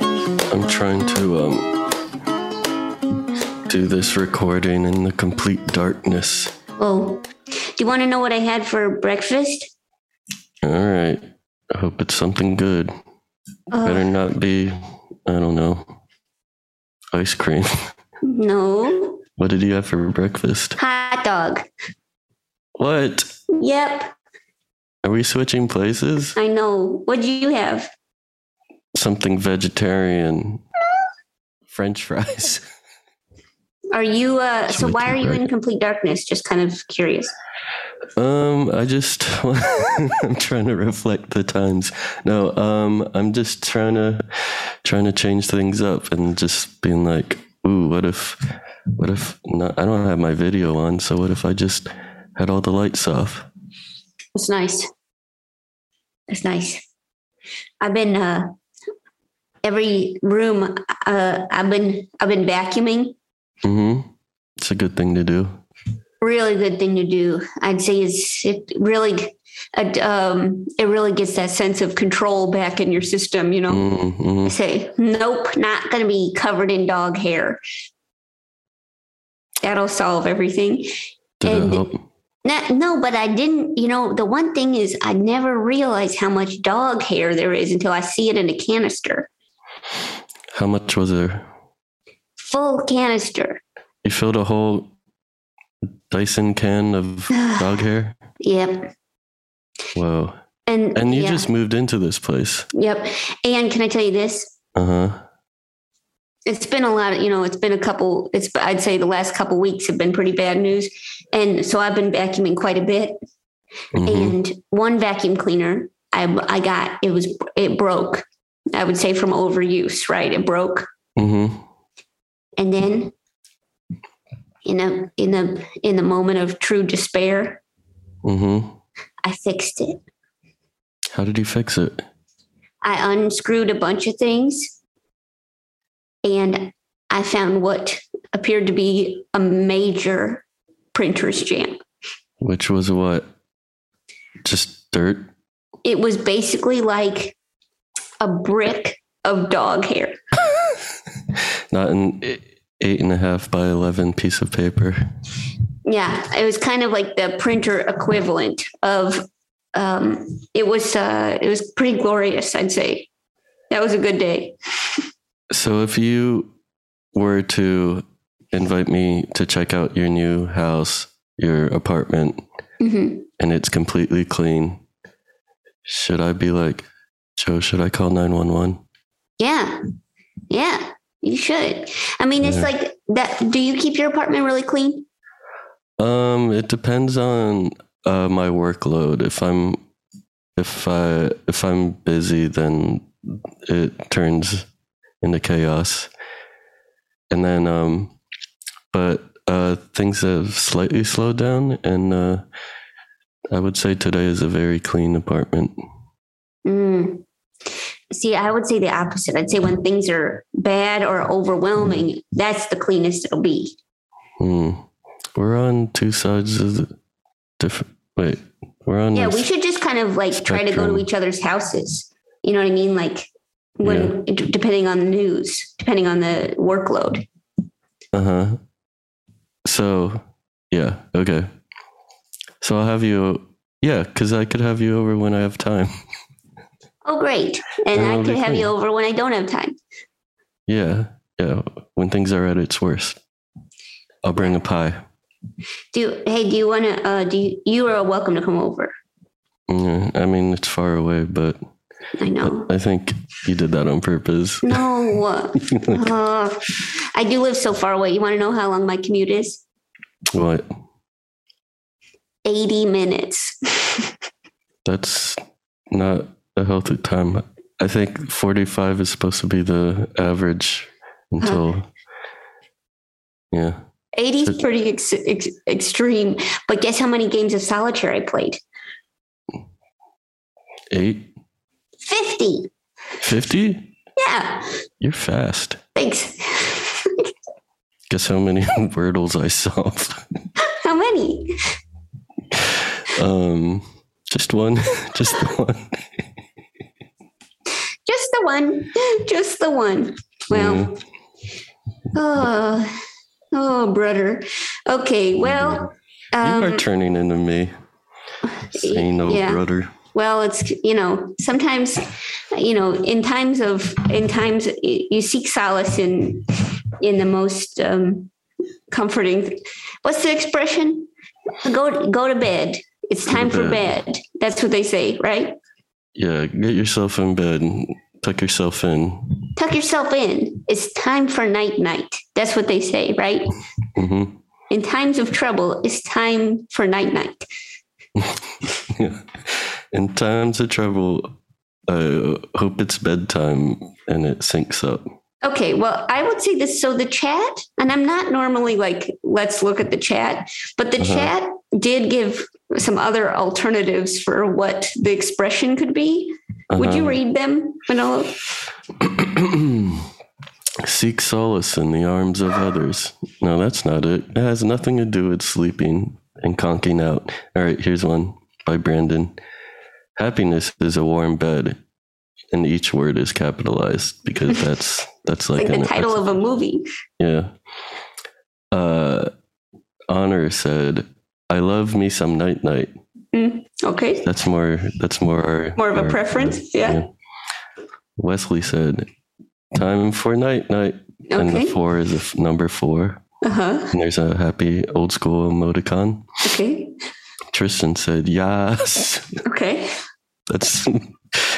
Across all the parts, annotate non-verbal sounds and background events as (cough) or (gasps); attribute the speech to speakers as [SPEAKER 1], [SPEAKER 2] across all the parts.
[SPEAKER 1] I'm trying to um do this recording in the complete darkness.
[SPEAKER 2] Oh, do you want to know what I had for breakfast?
[SPEAKER 1] All right. I hope it's something good. Better
[SPEAKER 2] Uh,
[SPEAKER 1] not be, I don't know, ice cream. (laughs)
[SPEAKER 2] no.
[SPEAKER 1] What did you have for breakfast?
[SPEAKER 2] Hot dog.
[SPEAKER 1] What?
[SPEAKER 2] Yep,
[SPEAKER 1] Are we switching places?
[SPEAKER 2] I know. What do you have?
[SPEAKER 1] Something vegetarian. French fries. (laughs)
[SPEAKER 2] Are you, uh, so
[SPEAKER 1] Something
[SPEAKER 2] why are you in
[SPEAKER 1] burger.
[SPEAKER 2] complete darkness? Just kind of curious.
[SPEAKER 1] Um, I just (laughs) I'm trying to reflect the times. No, um, I'm just trying to trying to change things up and just being like, ooh, what if, what if not? I don't have my video on, so what if I just had all the lights off?
[SPEAKER 2] That's nice. That's nice. I've been, uh, every room, uh, I've been, I've been vacuuming.
[SPEAKER 1] Hmm. It's a good thing to do.
[SPEAKER 2] really good thing to do. I'd say is it really, it, um, it really gets that sense of control back in your system. You know,
[SPEAKER 1] Mm-hmm.
[SPEAKER 2] say nope, not going to be covered in dog hair. That'll solve everything.
[SPEAKER 1] Did it
[SPEAKER 2] And-
[SPEAKER 1] help?
[SPEAKER 2] No, no, but I didn't. You know, the one thing is, I never realized how much dog hair there is until I see it in a canister,
[SPEAKER 1] How much was there?
[SPEAKER 2] full canister.
[SPEAKER 1] You filled a whole Dyson
[SPEAKER 2] (sighs)
[SPEAKER 1] can of dog hair.
[SPEAKER 2] Yep.
[SPEAKER 1] Whoa!
[SPEAKER 2] And
[SPEAKER 1] And you
[SPEAKER 2] yeah.
[SPEAKER 1] just moved into this place.
[SPEAKER 2] yep. And can I tell you this?
[SPEAKER 1] Uh huh.
[SPEAKER 2] it's been a lot of you know it's been a couple it's i'd say the last couple weeks have been pretty bad news and so i've been vacuuming quite a bit
[SPEAKER 1] hmm
[SPEAKER 2] and one vacuum cleaner i i got it was it broke i would say from overuse right it broke
[SPEAKER 1] hmm
[SPEAKER 2] and then in a in a in the moment of true despair
[SPEAKER 1] Mm-hmm.
[SPEAKER 2] i fixed it
[SPEAKER 1] How did you fix it?
[SPEAKER 2] i unscrewed a bunch of things and i found what appeared to be a major printer's jam
[SPEAKER 1] Which was what? Just dirt?
[SPEAKER 2] it was basically like a brick of dog hair.
[SPEAKER 1] Not an e- eight and a half by 11 piece of paper.
[SPEAKER 2] Yeah, it was kind of like the printer equivalent of. Um, it was uh, it was pretty glorious, I'd say. That was a good day.
[SPEAKER 1] So if you were to invite me to check out your new house, your apartment,
[SPEAKER 2] hmm
[SPEAKER 1] and it's completely clean, should I be like, Joe, should I call 911?
[SPEAKER 2] Yeah, yeah, you should. I mean, it's
[SPEAKER 1] Yeah.
[SPEAKER 2] like that. Do you keep your apartment really clean?
[SPEAKER 1] Um, it depends on uh, my workload. If I'm if I if I'm busy, then it turns into chaos. And then, um, but uh, things have slightly slowed down, and uh, I would say today is a very clean apartment.
[SPEAKER 2] Mm. See, I would say the opposite. I'd say when things are bad or overwhelming, that's the cleanest it'll be.
[SPEAKER 1] Hmm. We're on two sides of the different. Wait, we're on.
[SPEAKER 2] Yeah,
[SPEAKER 1] this-
[SPEAKER 2] we should just kind of like try to go to
[SPEAKER 1] Spectrum.
[SPEAKER 2] each other's houses. You know what I mean? Like when d- depending on the news, depending on the workload.
[SPEAKER 1] Uh huh. So, yeah, okay. So I'll have you, yeah, because I could have you over when I have time. (laughs)
[SPEAKER 2] Oh, great! And
[SPEAKER 1] That'll
[SPEAKER 2] I
[SPEAKER 1] be
[SPEAKER 2] could have you
[SPEAKER 1] cool.
[SPEAKER 2] over when I don't have time.
[SPEAKER 1] Yeah, yeah, when things are at its worst. I'll bring a pie.
[SPEAKER 2] Do hey, do you want to? Uh, do you, you are welcome to come over?
[SPEAKER 1] Yeah, I mean, it's far away, but
[SPEAKER 2] I know.
[SPEAKER 1] I think you did that on purpose.
[SPEAKER 2] No, (laughs) uh,
[SPEAKER 1] Like,
[SPEAKER 2] uh, I do live so far away. You want to know how long my commute is?
[SPEAKER 1] (laughs) what?
[SPEAKER 2] Eighty minutes.
[SPEAKER 1] That's not a healthy time. I think 45 is supposed to be the average until, yeah.
[SPEAKER 2] 80 is pretty ex- ex- extreme. But guess how many games of solitaire I played?
[SPEAKER 1] Eight,
[SPEAKER 2] Fifty.
[SPEAKER 1] 50?
[SPEAKER 2] Yeah.
[SPEAKER 1] You're fast.
[SPEAKER 2] Thanks.
[SPEAKER 1] Guess how many (laughs) wordles I solved?
[SPEAKER 2] (laughs) How many?
[SPEAKER 1] Um, just one, (laughs) just the one.
[SPEAKER 2] (laughs) Just the one. Just the one. Well, oh, oh, brother. Okay, well, um,
[SPEAKER 1] you are turning into me. Saying no,
[SPEAKER 2] yeah.
[SPEAKER 1] brother.
[SPEAKER 2] well, it's you know sometimes, you know, in times of in times you you seek solace in in the most um, comforting. What's the expression? Go go to bed. It's time for bed. That's what they say, right?
[SPEAKER 1] Yeah, get yourself in bed. Tuck yourself in.
[SPEAKER 2] Tuck yourself in. It's time for night night. That's what they say, right?
[SPEAKER 1] hmm
[SPEAKER 2] In times of trouble, it's time for night night.
[SPEAKER 1] in times of trouble, I hope it's bedtime and it syncs up.
[SPEAKER 2] Okay, well, I would say this. So the chat, and I'm not normally like, let's look at the chat, but the
[SPEAKER 1] Uh-huh.
[SPEAKER 2] chat did give some other alternatives for what the expression could be. Would
[SPEAKER 1] Uh-huh.
[SPEAKER 2] you read them, Manolo?
[SPEAKER 1] (clears throat) Seek solace in the arms of others. No, that's not it. It has nothing to do with sleeping and conking out. All right, here's one by Brandon. Happiness is a warm bed, and each word is capitalized
[SPEAKER 2] (laughs)
[SPEAKER 1] because that's that's like,
[SPEAKER 2] Like
[SPEAKER 1] an,
[SPEAKER 2] the title of a movie.
[SPEAKER 1] yeah. Uh, Honor said, "I love me some night night."
[SPEAKER 2] Mm, Okay,
[SPEAKER 1] That's more. That's more. Our,
[SPEAKER 2] more of a
[SPEAKER 1] our-
[SPEAKER 2] preference. Yeah.
[SPEAKER 1] Wesley said, "Time for night night," and the
[SPEAKER 2] Okay.
[SPEAKER 1] four is a f- number four.
[SPEAKER 2] Uh huh.
[SPEAKER 1] And there's a happy old school emoticon.
[SPEAKER 2] Okay.
[SPEAKER 1] Tristan said, "Yes." (laughs)
[SPEAKER 2] Okay.
[SPEAKER 1] That's, (laughs)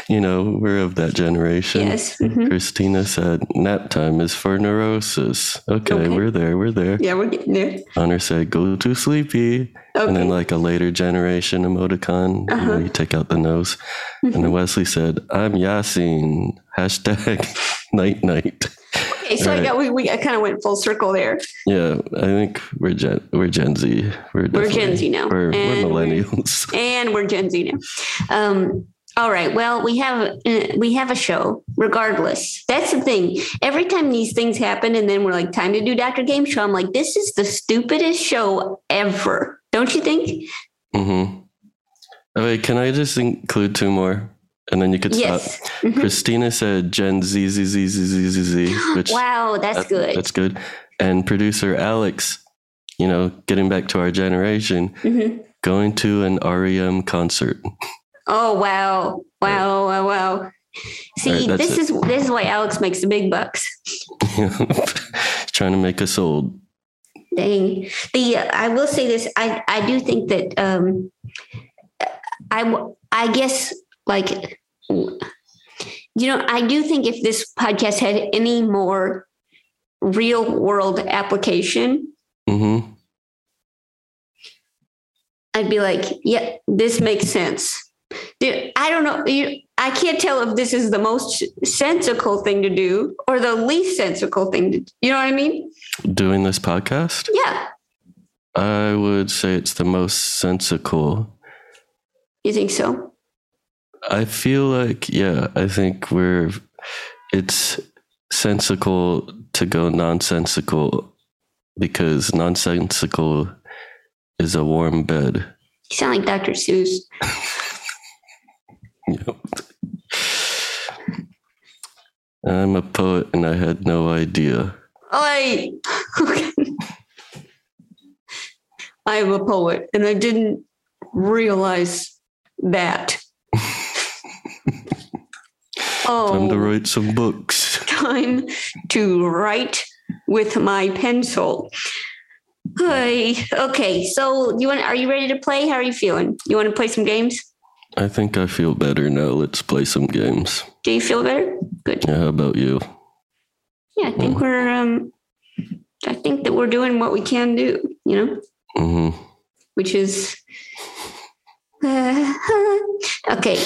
[SPEAKER 1] you know, we're of that generation.
[SPEAKER 2] Yes. mhm.
[SPEAKER 1] Christina said, "Nap time is for neurosis." Okay,
[SPEAKER 2] Okay.
[SPEAKER 1] we're there. We're there.
[SPEAKER 2] Yeah, we're getting there.
[SPEAKER 1] Honor said, "Go to sleepy," and then
[SPEAKER 2] Okay.
[SPEAKER 1] like a later generation emoticon, you know,
[SPEAKER 2] Uh-huh. Mm-hmm.
[SPEAKER 1] you take out the nose. And then Wesley said, "I'm Yasin." Hashtag (laughs) night night.
[SPEAKER 2] Okay, so I
[SPEAKER 1] Alright.
[SPEAKER 2] got we, we I kind of went full circle there.
[SPEAKER 1] Yeah, I think we're Gen we're Gen Z. We're,
[SPEAKER 2] We're Gen
[SPEAKER 1] definitely-
[SPEAKER 2] Z now,
[SPEAKER 1] We're, we're
[SPEAKER 2] and we're-
[SPEAKER 1] millennials. (laughs)
[SPEAKER 2] and we're Gen Z now. Um, all right. Well, we have uh, we have a show. Regardless, that's the thing. Every time these things happen, and then we're like, time to do Dr. Game Show. I'm like, this is the stupidest show ever. Don't you think?
[SPEAKER 1] mm-hmm. All right, can I just include two more, and then you could
[SPEAKER 2] Yes. Mm-hmm.
[SPEAKER 1] stop. Christina said Gen Z Z Z Z Z
[SPEAKER 2] (gasps)
[SPEAKER 1] Z Z, which
[SPEAKER 2] Wow, that's
[SPEAKER 1] that-
[SPEAKER 2] good.
[SPEAKER 1] That's good. And producer Alex, you know, getting back to our generation,
[SPEAKER 2] Mhm.
[SPEAKER 1] going to an REM concert. (laughs)
[SPEAKER 2] Oh wow, wow, wow, wow. See,
[SPEAKER 1] All right, that's
[SPEAKER 2] this
[SPEAKER 1] it.
[SPEAKER 2] is this is why Alex makes the big bucks.
[SPEAKER 1] Trying to make us old.
[SPEAKER 2] Dang. The uh, I will say this. I I do think that um, I w- I guess like you know I do think if this podcast had any more real world application,
[SPEAKER 1] hmm
[SPEAKER 2] I'd be like, yeah, this makes sense. Dude, I don't know. You, I can't tell if this is the most sensical thing to do or the least sensical thing to. You know what I mean?
[SPEAKER 1] Doing this podcast,
[SPEAKER 2] Yeah.
[SPEAKER 1] I would say it's the most sensical.
[SPEAKER 2] You think so?
[SPEAKER 1] I feel like, yeah, I think we're, it's sensical to go nonsensical because nonsensical is a warm bed.
[SPEAKER 2] You sound like Dr. Seuss.
[SPEAKER 1] Yep. I'm a poet and I had no idea.
[SPEAKER 2] I I am a poet and I didn't realize that.
[SPEAKER 1] Time to
[SPEAKER 2] oh,
[SPEAKER 1] write some books.
[SPEAKER 2] time to write with my pencil. Hey, okay, so you want are you ready to play? How are you feeling? You want to play some games?
[SPEAKER 1] I think I feel better now. Let's play some games.
[SPEAKER 2] Do you feel better? Good.
[SPEAKER 1] Yeah, how about you?
[SPEAKER 2] Yeah, I think we're um I think that we're doing what we can do, you know?
[SPEAKER 1] hmm
[SPEAKER 2] which is uh, (laughs) okay,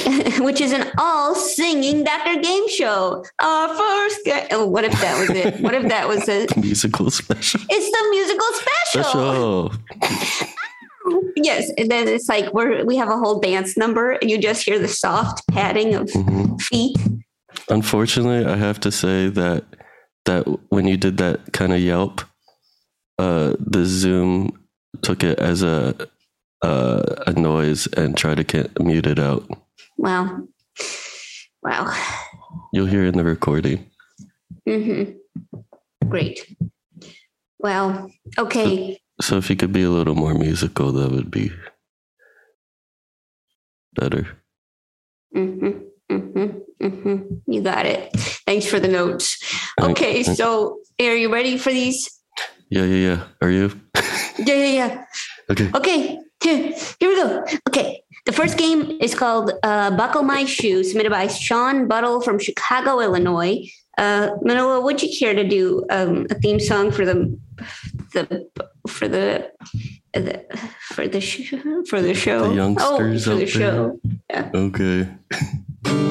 [SPEAKER 2] (laughs) which is an all singing Dr. Game Show. Our first ga- oh, what if that was it? What if that was it?
[SPEAKER 1] (laughs) Musical special.
[SPEAKER 2] It's the musical special.
[SPEAKER 1] Special.
[SPEAKER 2] Yes, and then it's like we're we have a whole dance number, and you just hear the soft padding of
[SPEAKER 1] Mhm.
[SPEAKER 2] feet.
[SPEAKER 1] Unfortunately, I have to say that that when you did that kind of yelp, uh, the Zoom took it as a uh, a noise and tried to ca- mute it out.
[SPEAKER 2] Wow, wow.
[SPEAKER 1] You'll hear in the recording.
[SPEAKER 2] Mm-hmm. Great. Well, okay.
[SPEAKER 1] So if you could be a little more musical, that would be better.
[SPEAKER 2] Mm-hmm. Mm-hmm. Mm-hmm. You got it. Thanks for the notes.
[SPEAKER 1] Thank-
[SPEAKER 2] Okay, so are you ready for these?
[SPEAKER 1] Yeah, yeah, yeah. Are you?
[SPEAKER 2] Yeah, yeah, yeah.
[SPEAKER 1] Okay.
[SPEAKER 2] Okay, here, here we go. Okay, the first game is called uh, Buckle My Shoe, submitted by Sean Buttle from Chicago, Illinois. Uh, Manoa, would you care to do um, a theme song for the the for the, the for the sh- for the show? oh,
[SPEAKER 1] youngsters
[SPEAKER 2] for
[SPEAKER 1] out
[SPEAKER 2] the
[SPEAKER 1] there.
[SPEAKER 2] show.
[SPEAKER 1] Okay.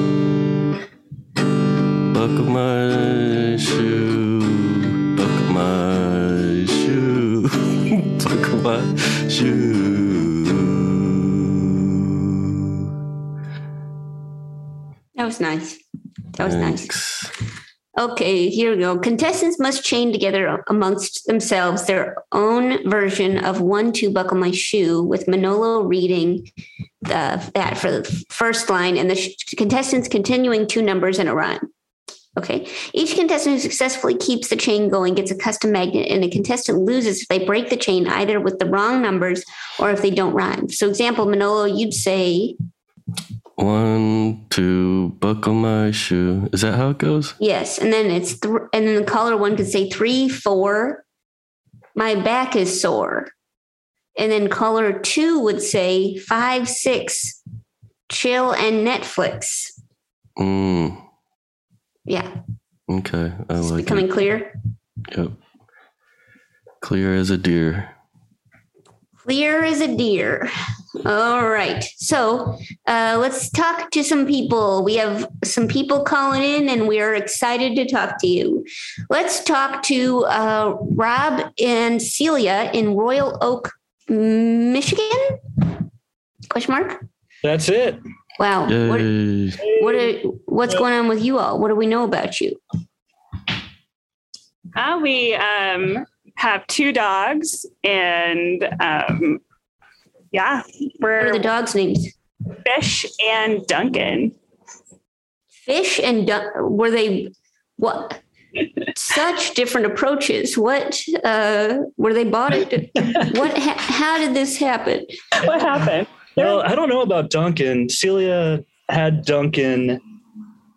[SPEAKER 1] Buckle my shoe. Buckle my shoe. (laughs) Buckle my shoe.
[SPEAKER 2] That was nice. That was nice.
[SPEAKER 1] Thanks.
[SPEAKER 2] Okay, here we go. Contestants must chain together amongst themselves their own version of One, Two, Buckle My Shoe, with Manolo reading the, that for the first line and the sh- contestants continuing two numbers in a rhyme. Okay. Each contestant who successfully keeps the chain going gets a custom magnet, and a contestant loses if they break the chain either with the wrong numbers or if they don't rhyme. So, example, Manolo, you'd say,
[SPEAKER 1] One, two, buckle my shoe. Is that how it goes?
[SPEAKER 2] Yes, and then it's th- and then the caller one could say three, four. My back is sore, and then caller two would say five, six. Chill and Netflix.
[SPEAKER 1] Mm,
[SPEAKER 2] Yeah,
[SPEAKER 1] okay. I
[SPEAKER 2] it's
[SPEAKER 1] like
[SPEAKER 2] becoming clear.
[SPEAKER 1] it. Yep. Clear as a deer.
[SPEAKER 2] Clear as a deer. All right, so uh, let's talk to some people. We have some people calling in, and we are excited to talk to you. Let's talk to uh, Rob and Celia in Royal Oak, Michigan? Question mark.
[SPEAKER 3] That's it.
[SPEAKER 2] Wow. What,
[SPEAKER 1] Yay.
[SPEAKER 2] what are, what's going on with you all? What do we know about you?
[SPEAKER 4] Uh, we um, have two dogs, and um, yeah,
[SPEAKER 2] What are
[SPEAKER 4] we're
[SPEAKER 2] the dogs' names?
[SPEAKER 4] Fish and Duncan.
[SPEAKER 2] Fish and du- were they what? Such different approaches. What uh, were they bought it? What? Ha- how did this happen?
[SPEAKER 4] What happened?
[SPEAKER 3] Well, I don't know about Duncan. Celia had Duncan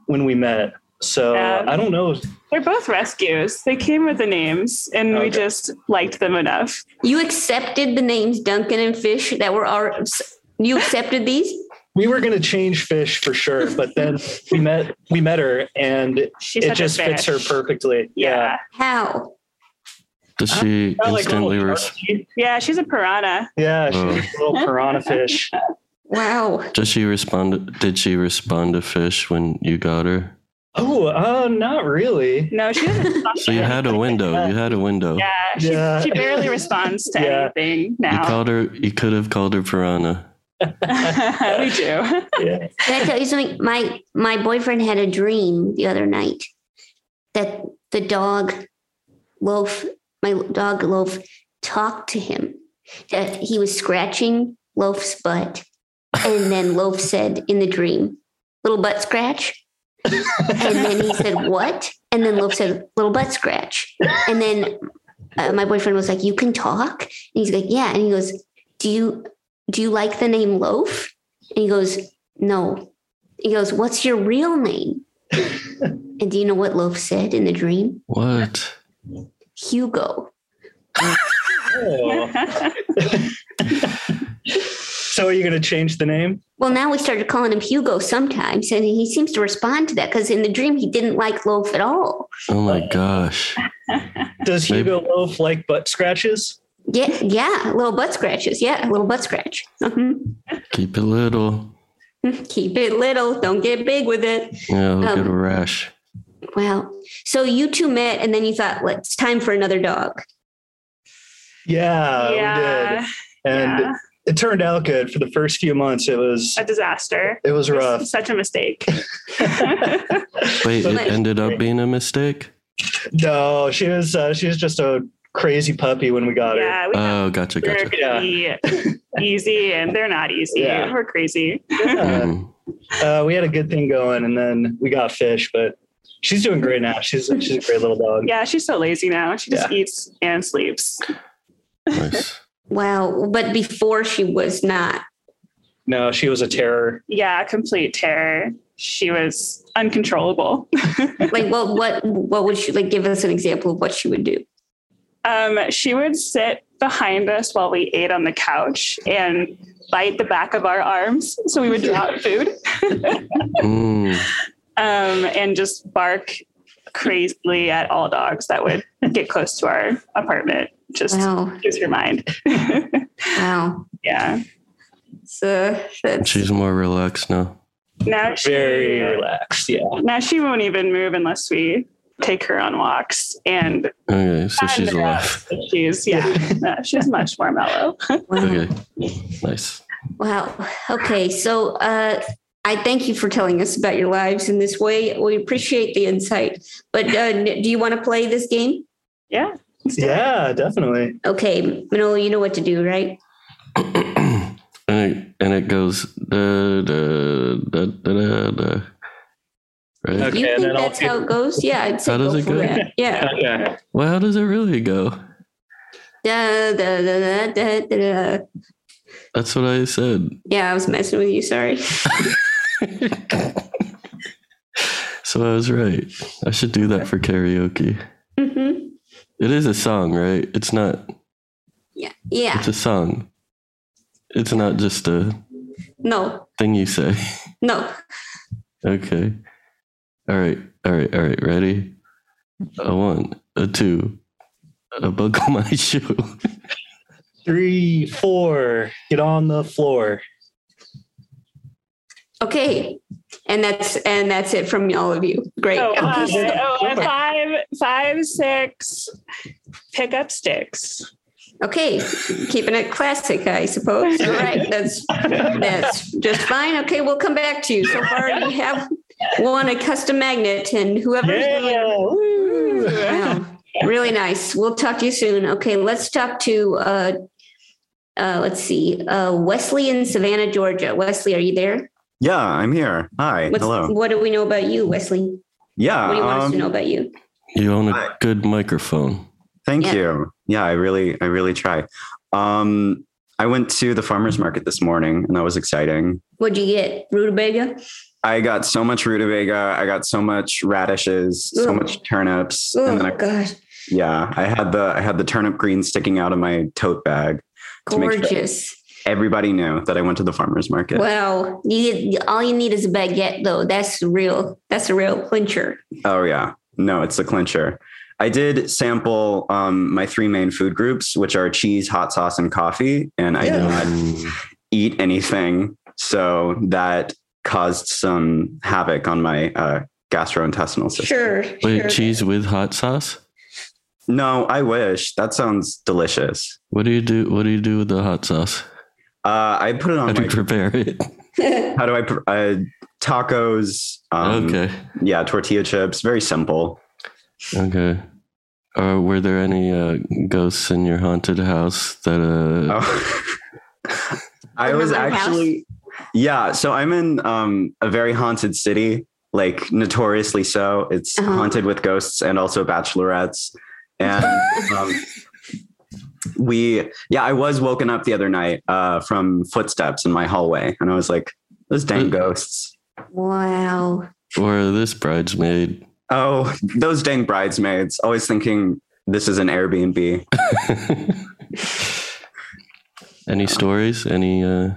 [SPEAKER 3] when we met. So
[SPEAKER 4] Yeah.
[SPEAKER 3] I don't know.
[SPEAKER 4] They're both rescues. They came with the names, and we
[SPEAKER 3] Okay.
[SPEAKER 4] just liked them enough.
[SPEAKER 2] You accepted the names Duncan and Fish that were our. You accepted these.
[SPEAKER 3] We were going to change fish for sure, but then we met we met her and
[SPEAKER 4] She's
[SPEAKER 3] it
[SPEAKER 4] such a
[SPEAKER 3] just fits her
[SPEAKER 4] fish.
[SPEAKER 3] perfectly.
[SPEAKER 4] Yeah.
[SPEAKER 2] How?
[SPEAKER 1] Does she
[SPEAKER 4] Oh,
[SPEAKER 3] Not like a little
[SPEAKER 1] instantly res- Oh.
[SPEAKER 3] sharky.
[SPEAKER 4] yeah, she's a piranha.
[SPEAKER 3] Yeah, she's a little piranha fish.
[SPEAKER 2] Wow.
[SPEAKER 1] Does she respond? Did she respond to fish when you got her?
[SPEAKER 3] Oh, uh, not really.
[SPEAKER 4] No, she
[SPEAKER 1] (laughs)
[SPEAKER 4] doesn't. talk
[SPEAKER 1] So you
[SPEAKER 4] to
[SPEAKER 1] had a window. You had a window.
[SPEAKER 4] Yeah, she,
[SPEAKER 3] Yeah.
[SPEAKER 4] she barely responds
[SPEAKER 3] (laughs)
[SPEAKER 4] to
[SPEAKER 3] Yeah.
[SPEAKER 4] anything
[SPEAKER 1] You
[SPEAKER 4] now.
[SPEAKER 1] called her. You could have called her piranha.
[SPEAKER 4] (laughs) we do.
[SPEAKER 3] Yeah.
[SPEAKER 2] Can I tell you something? My my boyfriend had a dream the other night that the dog loaf, my dog loaf, talked to him. That he was scratching loaf's butt, and then loaf said in the dream, "Little butt scratch." and then he said, "What?" And then loaf said, "Little butt scratch." And then uh, my boyfriend was like, "You can talk?" And he's like, "Yeah." And he goes, "Do you do you like the name loaf?" And he goes, no. He goes, What's your real name? and do you know what Loaf said in the dream?
[SPEAKER 1] What?
[SPEAKER 2] Hugo.
[SPEAKER 3] Oh. So are you going to change the name?
[SPEAKER 2] Well, now we started calling him Hugo sometimes, and he seems to respond to that because in the dream he didn't like Loaf at all.
[SPEAKER 1] Oh my gosh!
[SPEAKER 3] Does
[SPEAKER 1] Maybe.
[SPEAKER 3] Hugo Loaf like butt scratches?
[SPEAKER 2] Yeah, yeah, little butt scratches. Yeah, little butt scratch. (laughs) Mhm.
[SPEAKER 1] Keep it little.
[SPEAKER 2] Keep it little, don't get big with it.
[SPEAKER 1] Yeah, I'll get a
[SPEAKER 2] Um,
[SPEAKER 1] rash.
[SPEAKER 2] Wow. So you two met, and then you thought, well, it's time for another dog.
[SPEAKER 3] Yeah, we
[SPEAKER 4] yeah,
[SPEAKER 3] did. And
[SPEAKER 4] yeah.
[SPEAKER 3] it turned out good for the first few months. It was
[SPEAKER 4] a disaster.
[SPEAKER 3] it was rough.
[SPEAKER 4] Such a mistake.
[SPEAKER 1] Wait, it
[SPEAKER 2] But-
[SPEAKER 1] ended up being a mistake.
[SPEAKER 3] No, she was uh, she was just a crazy puppy when we got her.
[SPEAKER 4] yeah, we have
[SPEAKER 1] Oh, gotcha,
[SPEAKER 4] they're
[SPEAKER 1] gotcha.
[SPEAKER 4] gonna be easy and they're not easy.
[SPEAKER 3] Yeah.
[SPEAKER 4] We're crazy.
[SPEAKER 3] Uh,
[SPEAKER 1] Mm.
[SPEAKER 3] uh, we had a good thing going, and then we got fish, but She's doing great now. She's she's a great little dog.
[SPEAKER 4] Yeah, she's so lazy now. She just
[SPEAKER 3] Yeah.
[SPEAKER 4] eats and sleeps. (laughs)
[SPEAKER 1] Nice.
[SPEAKER 2] Wow. But before she was not.
[SPEAKER 3] No, she was a terror.
[SPEAKER 4] Yeah, complete terror. She was uncontrollable.
[SPEAKER 2] (laughs) Like what what what would she like give us an example of what she would do?
[SPEAKER 4] Um, she would sit behind us while we ate on the couch and bite the back of our arms so we would drop food
[SPEAKER 1] Mm,
[SPEAKER 4] um, and just bark crazily at all dogs that would get close to our apartment. Just
[SPEAKER 2] Wow.
[SPEAKER 4] lose your mind. (laughs)
[SPEAKER 2] Wow.
[SPEAKER 4] yeah.
[SPEAKER 2] So that's
[SPEAKER 1] she's more relaxed now.
[SPEAKER 4] Now she,
[SPEAKER 3] Very relaxed. Yeah.
[SPEAKER 4] now she won't even move unless we take her on walks and
[SPEAKER 1] Okay, so she's
[SPEAKER 4] And, uh,
[SPEAKER 1] alive.
[SPEAKER 4] she's yeah uh, she's much
[SPEAKER 3] (laughs)
[SPEAKER 4] more mellow Oh,
[SPEAKER 2] wow.
[SPEAKER 1] Okay, nice.
[SPEAKER 2] Wow. Okay. So uh, I thank you for telling us about your lives in this way. We appreciate the insight. But uh, n- do you want to play this game?
[SPEAKER 4] yeah
[SPEAKER 3] Yeah, definitely.
[SPEAKER 2] Okay, Manolo, you know what to do, right?
[SPEAKER 1] and it and it goes da da da da da. da. Right?
[SPEAKER 3] Okay,
[SPEAKER 2] you
[SPEAKER 3] and
[SPEAKER 2] think
[SPEAKER 3] then I'll
[SPEAKER 2] that's
[SPEAKER 3] take-
[SPEAKER 2] how it goes? Yeah, I'd say
[SPEAKER 1] How does
[SPEAKER 2] go
[SPEAKER 1] it
[SPEAKER 2] for
[SPEAKER 1] go?
[SPEAKER 2] that.
[SPEAKER 3] (laughs)
[SPEAKER 2] Yeah.
[SPEAKER 3] Okay.
[SPEAKER 1] Well, how does it really go?
[SPEAKER 2] Da, da, da, da, da, da, da.
[SPEAKER 1] That's what I said.
[SPEAKER 2] Yeah, I was messing with you.
[SPEAKER 4] (laughs)
[SPEAKER 2] Sorry.
[SPEAKER 1] So I was right. I should do that for karaoke.
[SPEAKER 2] hmm
[SPEAKER 1] It is a song, right? It's not.
[SPEAKER 2] Yeah. Yeah.
[SPEAKER 1] It's a song. It's not just a
[SPEAKER 2] No.
[SPEAKER 1] thing you say. (laughs)
[SPEAKER 2] No.
[SPEAKER 1] Okay. All right. All right. All right. Ready?
[SPEAKER 2] Mm-hmm.
[SPEAKER 1] A one, a two, a buckle (laughs) my shoe.
[SPEAKER 3] Three, four. Get on the floor.
[SPEAKER 2] Okay. And that's and that's it from all of you. Great.
[SPEAKER 4] oh,
[SPEAKER 2] Okay,
[SPEAKER 4] uh,
[SPEAKER 2] so-
[SPEAKER 4] oh, uh, five five six pick up sticks
[SPEAKER 2] Okay, keeping it classic, I suppose. All right, that's that's just fine. Okay, we'll come back to you. So far, you have won a custom magnet, and whoever's
[SPEAKER 3] Yeah. woo.
[SPEAKER 2] wow, really nice. We'll talk to you soon. Okay, let's talk to uh, uh, let's see, uh, Wesley in Savannah, Georgia. Wesley, are you there?
[SPEAKER 5] Yeah, I'm here. Hi.
[SPEAKER 2] What's,
[SPEAKER 5] Hello.
[SPEAKER 2] What do we know about you, Wesley?
[SPEAKER 5] yeah.
[SPEAKER 2] What do you want us to
[SPEAKER 5] um,
[SPEAKER 2] know about you?
[SPEAKER 1] You own
[SPEAKER 5] Hi.
[SPEAKER 1] a good microphone.
[SPEAKER 5] Thank
[SPEAKER 2] Yeah.
[SPEAKER 5] you. Yeah, I really, I really try. Um, I went to the farmers market this morning, and that was exciting.
[SPEAKER 2] What'd you get? Rutabaga?
[SPEAKER 5] I got so much rutabaga. I got so much radishes, so
[SPEAKER 2] Ugh.
[SPEAKER 5] much turnips,
[SPEAKER 2] Oh
[SPEAKER 5] and then I,
[SPEAKER 2] gosh,
[SPEAKER 5] yeah, I had the I had the turnip greens sticking out of my tote bag. to make sure-
[SPEAKER 2] gorgeous.
[SPEAKER 5] Everybody knew that I went to the farmers market.
[SPEAKER 2] Wow, you, all you need is a baguette, though. That's the real. That's a real clincher.
[SPEAKER 5] Oh yeah. No, it's the clincher. I did sample um, my three main food groups, which are cheese, hot sauce, and coffee, and I did
[SPEAKER 3] Yeah.
[SPEAKER 5] not
[SPEAKER 1] Mm.
[SPEAKER 5] eat anything. So that caused some havoc on my uh, gastrointestinal system.
[SPEAKER 2] Sure.
[SPEAKER 1] Wait,
[SPEAKER 2] sure.
[SPEAKER 1] cheese with hot sauce?
[SPEAKER 5] No, I wish. That sounds delicious.
[SPEAKER 1] What do you do? What do you do with the hot sauce?
[SPEAKER 5] Uh, I put it
[SPEAKER 1] How
[SPEAKER 5] on
[SPEAKER 1] do
[SPEAKER 5] my.
[SPEAKER 1] you prepare it?
[SPEAKER 5] (laughs) how do I? Pr- uh, tacos. Um,
[SPEAKER 1] okay,
[SPEAKER 5] Yeah, tortilla chips. Very simple.
[SPEAKER 1] okay. Uh, were there any uh, ghosts in your haunted house that? Uh,
[SPEAKER 5] Oh. I
[SPEAKER 2] Remember
[SPEAKER 5] was
[SPEAKER 2] your house?
[SPEAKER 5] actually. Yeah, so I'm in um, a very haunted city, like notoriously so. It's
[SPEAKER 2] Uh-huh.
[SPEAKER 5] haunted with ghosts and also bachelorettes. And um, we, yeah, I was woken up the other night uh, from footsteps in my hallway, and I was like, "Those dang
[SPEAKER 1] Mm.
[SPEAKER 5] ghosts!
[SPEAKER 2] wow.
[SPEAKER 1] or this bridesmaid?
[SPEAKER 5] Oh, those dang bridesmaids!" Always thinking this is an Airbnb.
[SPEAKER 1] (laughs) any stories? Any uh,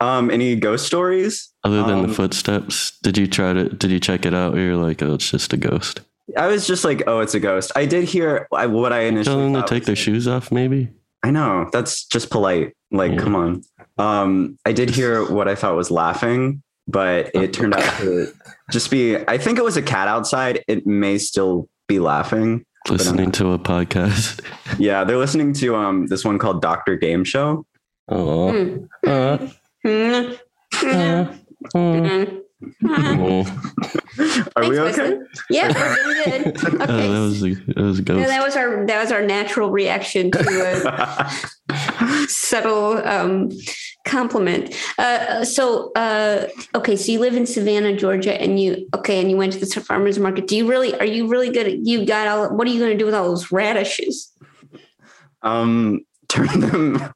[SPEAKER 5] Um, any ghost stories?
[SPEAKER 1] other than
[SPEAKER 5] Um,
[SPEAKER 1] the footsteps? Did you try to? Did you check it out? Or you're like, oh, it's just a ghost.
[SPEAKER 5] I was just like, "Oh, it's a ghost." I did hear I, what I initially
[SPEAKER 1] Tell them to
[SPEAKER 5] thought
[SPEAKER 1] take
[SPEAKER 5] was-
[SPEAKER 1] their shoes off, maybe.
[SPEAKER 5] I know. That's just polite. Like,
[SPEAKER 1] Yeah.
[SPEAKER 5] come on. Um, I did
[SPEAKER 1] (laughs)
[SPEAKER 5] hear what I thought was laughing, but it turned out to just be I think it was a cat outside. It may still be laughing.
[SPEAKER 1] Listening to a podcast.
[SPEAKER 5] (laughs) Yeah, they're listening to um this one called Doctor Game Show.
[SPEAKER 1] Oh.
[SPEAKER 2] Mm.
[SPEAKER 5] (laughs)
[SPEAKER 1] Uh,
[SPEAKER 2] Mm. Mm.
[SPEAKER 1] uh, uh.
[SPEAKER 2] Mm. Mm.
[SPEAKER 1] Oh,
[SPEAKER 5] Are we
[SPEAKER 2] Thanks,
[SPEAKER 5] okay?
[SPEAKER 2] Wesley. Yeah, we're doing good. Okay.
[SPEAKER 1] that was a, that was a
[SPEAKER 2] Yeah,
[SPEAKER 1] ghost.
[SPEAKER 2] that was our that was our natural reaction to a subtle um, compliment. Uh, so, uh, okay, so you live in Savannah, Georgia, and you okay, and you went to the farmers market. Do you really? Are you really good? At, you got all? What are you going to do with all those radishes?
[SPEAKER 5] Um, (laughs) turn them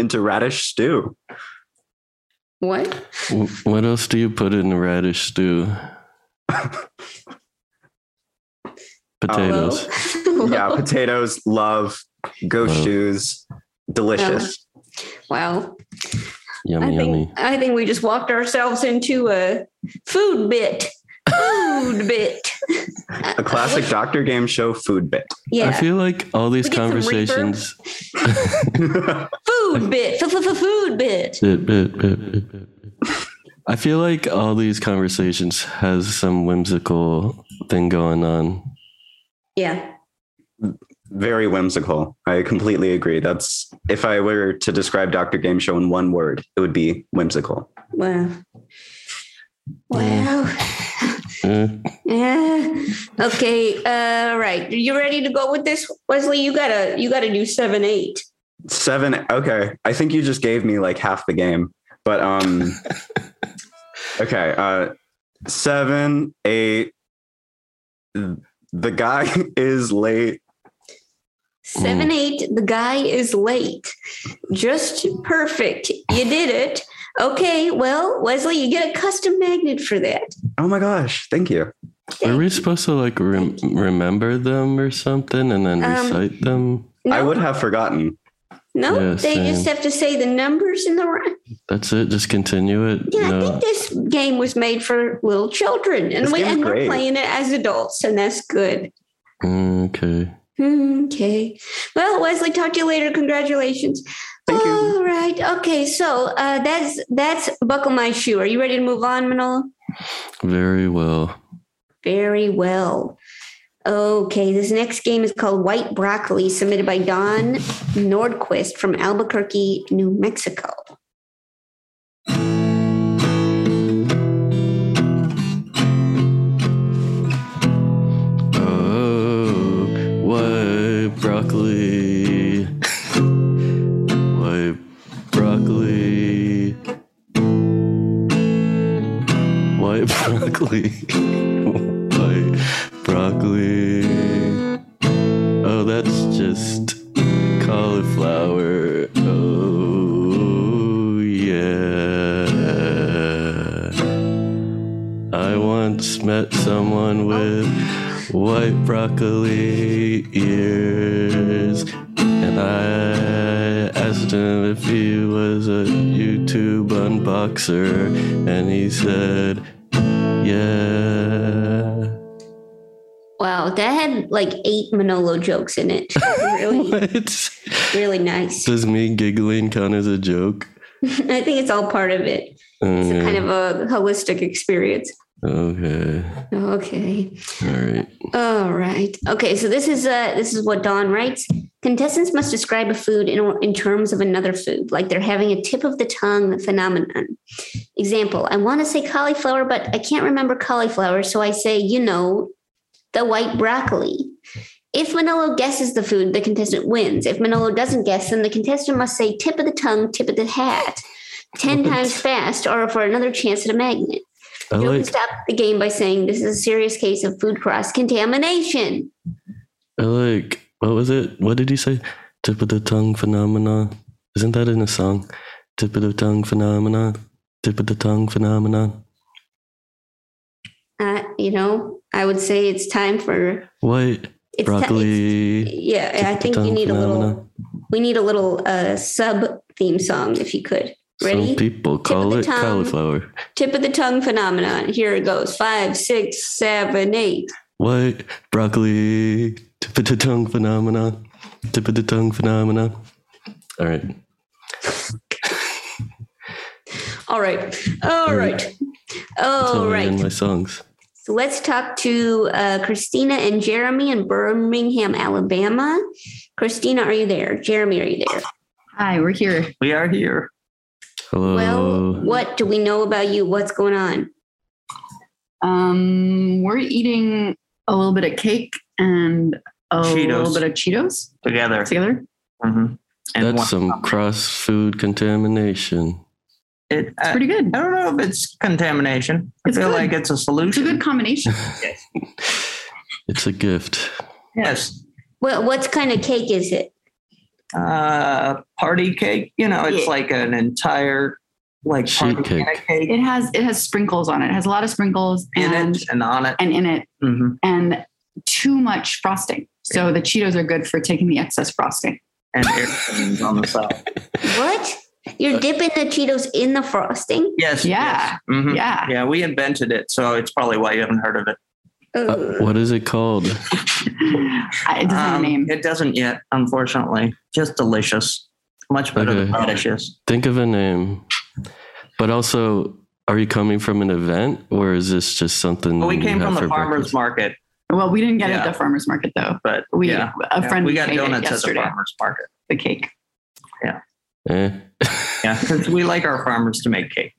[SPEAKER 5] into radish stew.
[SPEAKER 2] What?
[SPEAKER 1] Wh- What else do you put in a radish
[SPEAKER 5] (laughs)
[SPEAKER 1] stew? Potatoes.
[SPEAKER 2] (laughs)
[SPEAKER 5] Yeah, potatoes, love, ghost
[SPEAKER 1] Love.
[SPEAKER 5] shoes, delicious.
[SPEAKER 2] Wow. I
[SPEAKER 1] Yummy,
[SPEAKER 2] think
[SPEAKER 1] yummy.
[SPEAKER 2] I think we just walked ourselves into a food bit. Food bit.
[SPEAKER 5] A classic Doctor Game Show food bit.
[SPEAKER 1] I
[SPEAKER 2] Yeah.
[SPEAKER 1] feel like all these
[SPEAKER 2] We get some
[SPEAKER 1] conversations.
[SPEAKER 2] Food bit. F- f- f- Food bit.
[SPEAKER 1] Bit, bit, bit, bit, bit, bit. I feel like all these conversations has some whimsical thing going on.
[SPEAKER 2] Yeah.
[SPEAKER 5] Very whimsical. I completely agree. That's if I were to describe Doctor Game Show in one word, it would be whimsical.
[SPEAKER 2] Wow. Wow.
[SPEAKER 1] Eh.
[SPEAKER 2] Yeah. Okay. All right. Are you ready to go with this, Wesley? You gotta you gotta do seven eight.
[SPEAKER 5] Seven. Okay. I think you just gave me like half the game. But
[SPEAKER 1] (laughs)
[SPEAKER 5] um okay, uh seven, eight. The guy (laughs) is late.
[SPEAKER 2] Seven eight. The guy is late. Just perfect. You did it. Okay. Well, Wesley, you get a custom magnet for that.
[SPEAKER 5] Oh my gosh, thank you.
[SPEAKER 1] Were we supposed to like rem- remember them or something and then
[SPEAKER 2] Um,
[SPEAKER 1] recite them?
[SPEAKER 5] I
[SPEAKER 2] No?
[SPEAKER 5] would have forgotten.
[SPEAKER 2] No,
[SPEAKER 1] Yeah,
[SPEAKER 2] they just
[SPEAKER 1] same.
[SPEAKER 2] have to say the numbers in the right.
[SPEAKER 1] That's it. Just continue it.
[SPEAKER 2] Yeah, I
[SPEAKER 1] no.
[SPEAKER 2] think this game was made for little children, and
[SPEAKER 5] This
[SPEAKER 2] we
[SPEAKER 5] game's
[SPEAKER 2] and we're
[SPEAKER 5] great.
[SPEAKER 2] playing it as adults, and that's good.
[SPEAKER 1] Mm, Okay.
[SPEAKER 2] Hmm, Okay. Well, Wesley, talk to you later. Congratulations.
[SPEAKER 5] Thank you.
[SPEAKER 2] All right. Okay. So uh, that's that's buckle my shoe. Are you ready to move on, Manolo?
[SPEAKER 1] Very well.
[SPEAKER 2] Very well. Okay, this next game is called White Broccoli, submitted by Don Nordquist from Albuquerque, New Mexico.
[SPEAKER 1] Oh, white broccoli. White broccoli. White broccoli. White broccoli. Oh, that's just cauliflower. Oh, yeah. I once met someone with white broccoli ears, and I asked him if he was a YouTube unboxer, and he said, Yeah.
[SPEAKER 2] Wow, that had like eight Manolo jokes in it. (laughs) Really,
[SPEAKER 1] What?
[SPEAKER 2] really nice. (laughs)
[SPEAKER 1] Does me giggling count as a joke?
[SPEAKER 2] I think it's all part of it. It's a kind
[SPEAKER 5] Mm.
[SPEAKER 2] of a holistic experience.
[SPEAKER 1] Mm, okay.
[SPEAKER 2] Okay.
[SPEAKER 1] All right.
[SPEAKER 2] All right. Okay. So this is uh this is what Dawn writes. Contestants must describe a food in in terms of another food, like they're having a tip of the tongue phenomenon. Example: I want to say cauliflower, but I can't remember cauliflower, so I say, you know, the white broccoli. If Manolo guesses the food, the contestant wins. If Manolo doesn't guess, then the contestant must say tip of the tongue, tip of the hat, ten
[SPEAKER 1] What?
[SPEAKER 2] times fast, or for another chance at a magnet.
[SPEAKER 1] I
[SPEAKER 2] You can
[SPEAKER 1] like
[SPEAKER 2] stop the game by saying this is a serious case of food cross contamination.
[SPEAKER 1] I like what was it? What did he say? Tip of the tongue phenomena. Isn't that in a song? Tip of the tongue phenomena. Tip of the tongue phenomenon.
[SPEAKER 2] Uh, you know, I would say it's time for
[SPEAKER 1] White
[SPEAKER 2] it's ti- it's-
[SPEAKER 1] broccoli.
[SPEAKER 2] yeah, I think you need a little. We need a little uh, sub theme song if you could. Ready?
[SPEAKER 1] Some people call
[SPEAKER 2] the
[SPEAKER 1] it
[SPEAKER 2] tongue.
[SPEAKER 1] cauliflower.
[SPEAKER 2] Tip of the tongue phenomenon. Here it goes. Five, six, seven, eight.
[SPEAKER 1] White broccoli. Tip of the tongue phenomena. Tip of the tongue phenomena. All right.
[SPEAKER 2] All right. All right.
[SPEAKER 1] That's
[SPEAKER 2] All
[SPEAKER 1] how I end
[SPEAKER 2] Oh, right.
[SPEAKER 1] my songs.
[SPEAKER 2] So let's talk to uh, Christina and Jeremy in Birmingham, Alabama. Christina, are you there? Jeremy, are you there?
[SPEAKER 6] Hi, we're here.
[SPEAKER 7] We are here.
[SPEAKER 1] Hello.
[SPEAKER 2] Well, what do we know about you? What's going on?
[SPEAKER 6] Um, we're eating a little bit of cake and a
[SPEAKER 7] Cheetos.
[SPEAKER 6] little bit of Cheetos
[SPEAKER 7] Together.
[SPEAKER 6] together.
[SPEAKER 7] Mhm. and one-
[SPEAKER 1] That's some cross food contamination.
[SPEAKER 7] it,
[SPEAKER 6] It's
[SPEAKER 7] I,
[SPEAKER 6] pretty good.
[SPEAKER 7] I don't know if it's contamination. I
[SPEAKER 6] It's
[SPEAKER 7] feel
[SPEAKER 6] good.
[SPEAKER 7] like it's a
[SPEAKER 6] It's a
[SPEAKER 7] solution. (laughs)
[SPEAKER 6] good combination.
[SPEAKER 1] It's a gift.
[SPEAKER 7] yes.
[SPEAKER 2] Well, what kind of cake is it?
[SPEAKER 7] Uh, party cake. You know, it's
[SPEAKER 2] Yeah.
[SPEAKER 7] like an entire like
[SPEAKER 1] Sheet
[SPEAKER 7] party
[SPEAKER 1] cake.
[SPEAKER 7] kind of cake
[SPEAKER 6] It has it has sprinkles on it. It has a lot of sprinkles
[SPEAKER 7] in
[SPEAKER 6] and
[SPEAKER 7] it and on it.
[SPEAKER 6] and in it
[SPEAKER 7] hmm
[SPEAKER 6] and too much frosting. So the Cheetos are good for taking the excess frosting.
[SPEAKER 7] And everything's on the side.
[SPEAKER 2] What? You're dipping the Cheetos in the frosting?
[SPEAKER 7] Yes.
[SPEAKER 6] Yeah.
[SPEAKER 7] yes. Mhm.
[SPEAKER 6] (laughs) Yeah.
[SPEAKER 7] Yeah, we invented it, so it's probably why you haven't heard of it.
[SPEAKER 1] Uh,
[SPEAKER 2] Ugh.
[SPEAKER 1] what is it called?
[SPEAKER 6] I, it doesn't have a
[SPEAKER 7] Um,
[SPEAKER 6] name.
[SPEAKER 7] It doesn't yet, unfortunately. Just delicious. Much better than
[SPEAKER 1] Okay.
[SPEAKER 7] radishes.
[SPEAKER 1] Think of a name. But also, are you coming from an event or is this just something
[SPEAKER 7] But we
[SPEAKER 1] you
[SPEAKER 7] came
[SPEAKER 1] have
[SPEAKER 7] from the
[SPEAKER 1] Mm, for
[SPEAKER 7] farmer's
[SPEAKER 1] breakfast?
[SPEAKER 7] market,
[SPEAKER 6] Well, we didn't get it
[SPEAKER 7] yeah.
[SPEAKER 6] at the farmer's market though.
[SPEAKER 7] but
[SPEAKER 6] We
[SPEAKER 7] yeah.
[SPEAKER 6] a
[SPEAKER 7] Yeah,
[SPEAKER 6] friend
[SPEAKER 7] we got
[SPEAKER 6] made it
[SPEAKER 7] donuts at the
[SPEAKER 6] yesterday.
[SPEAKER 7] farmer's market.
[SPEAKER 6] the cake.
[SPEAKER 7] Yeah, because we like our farmers to make cake.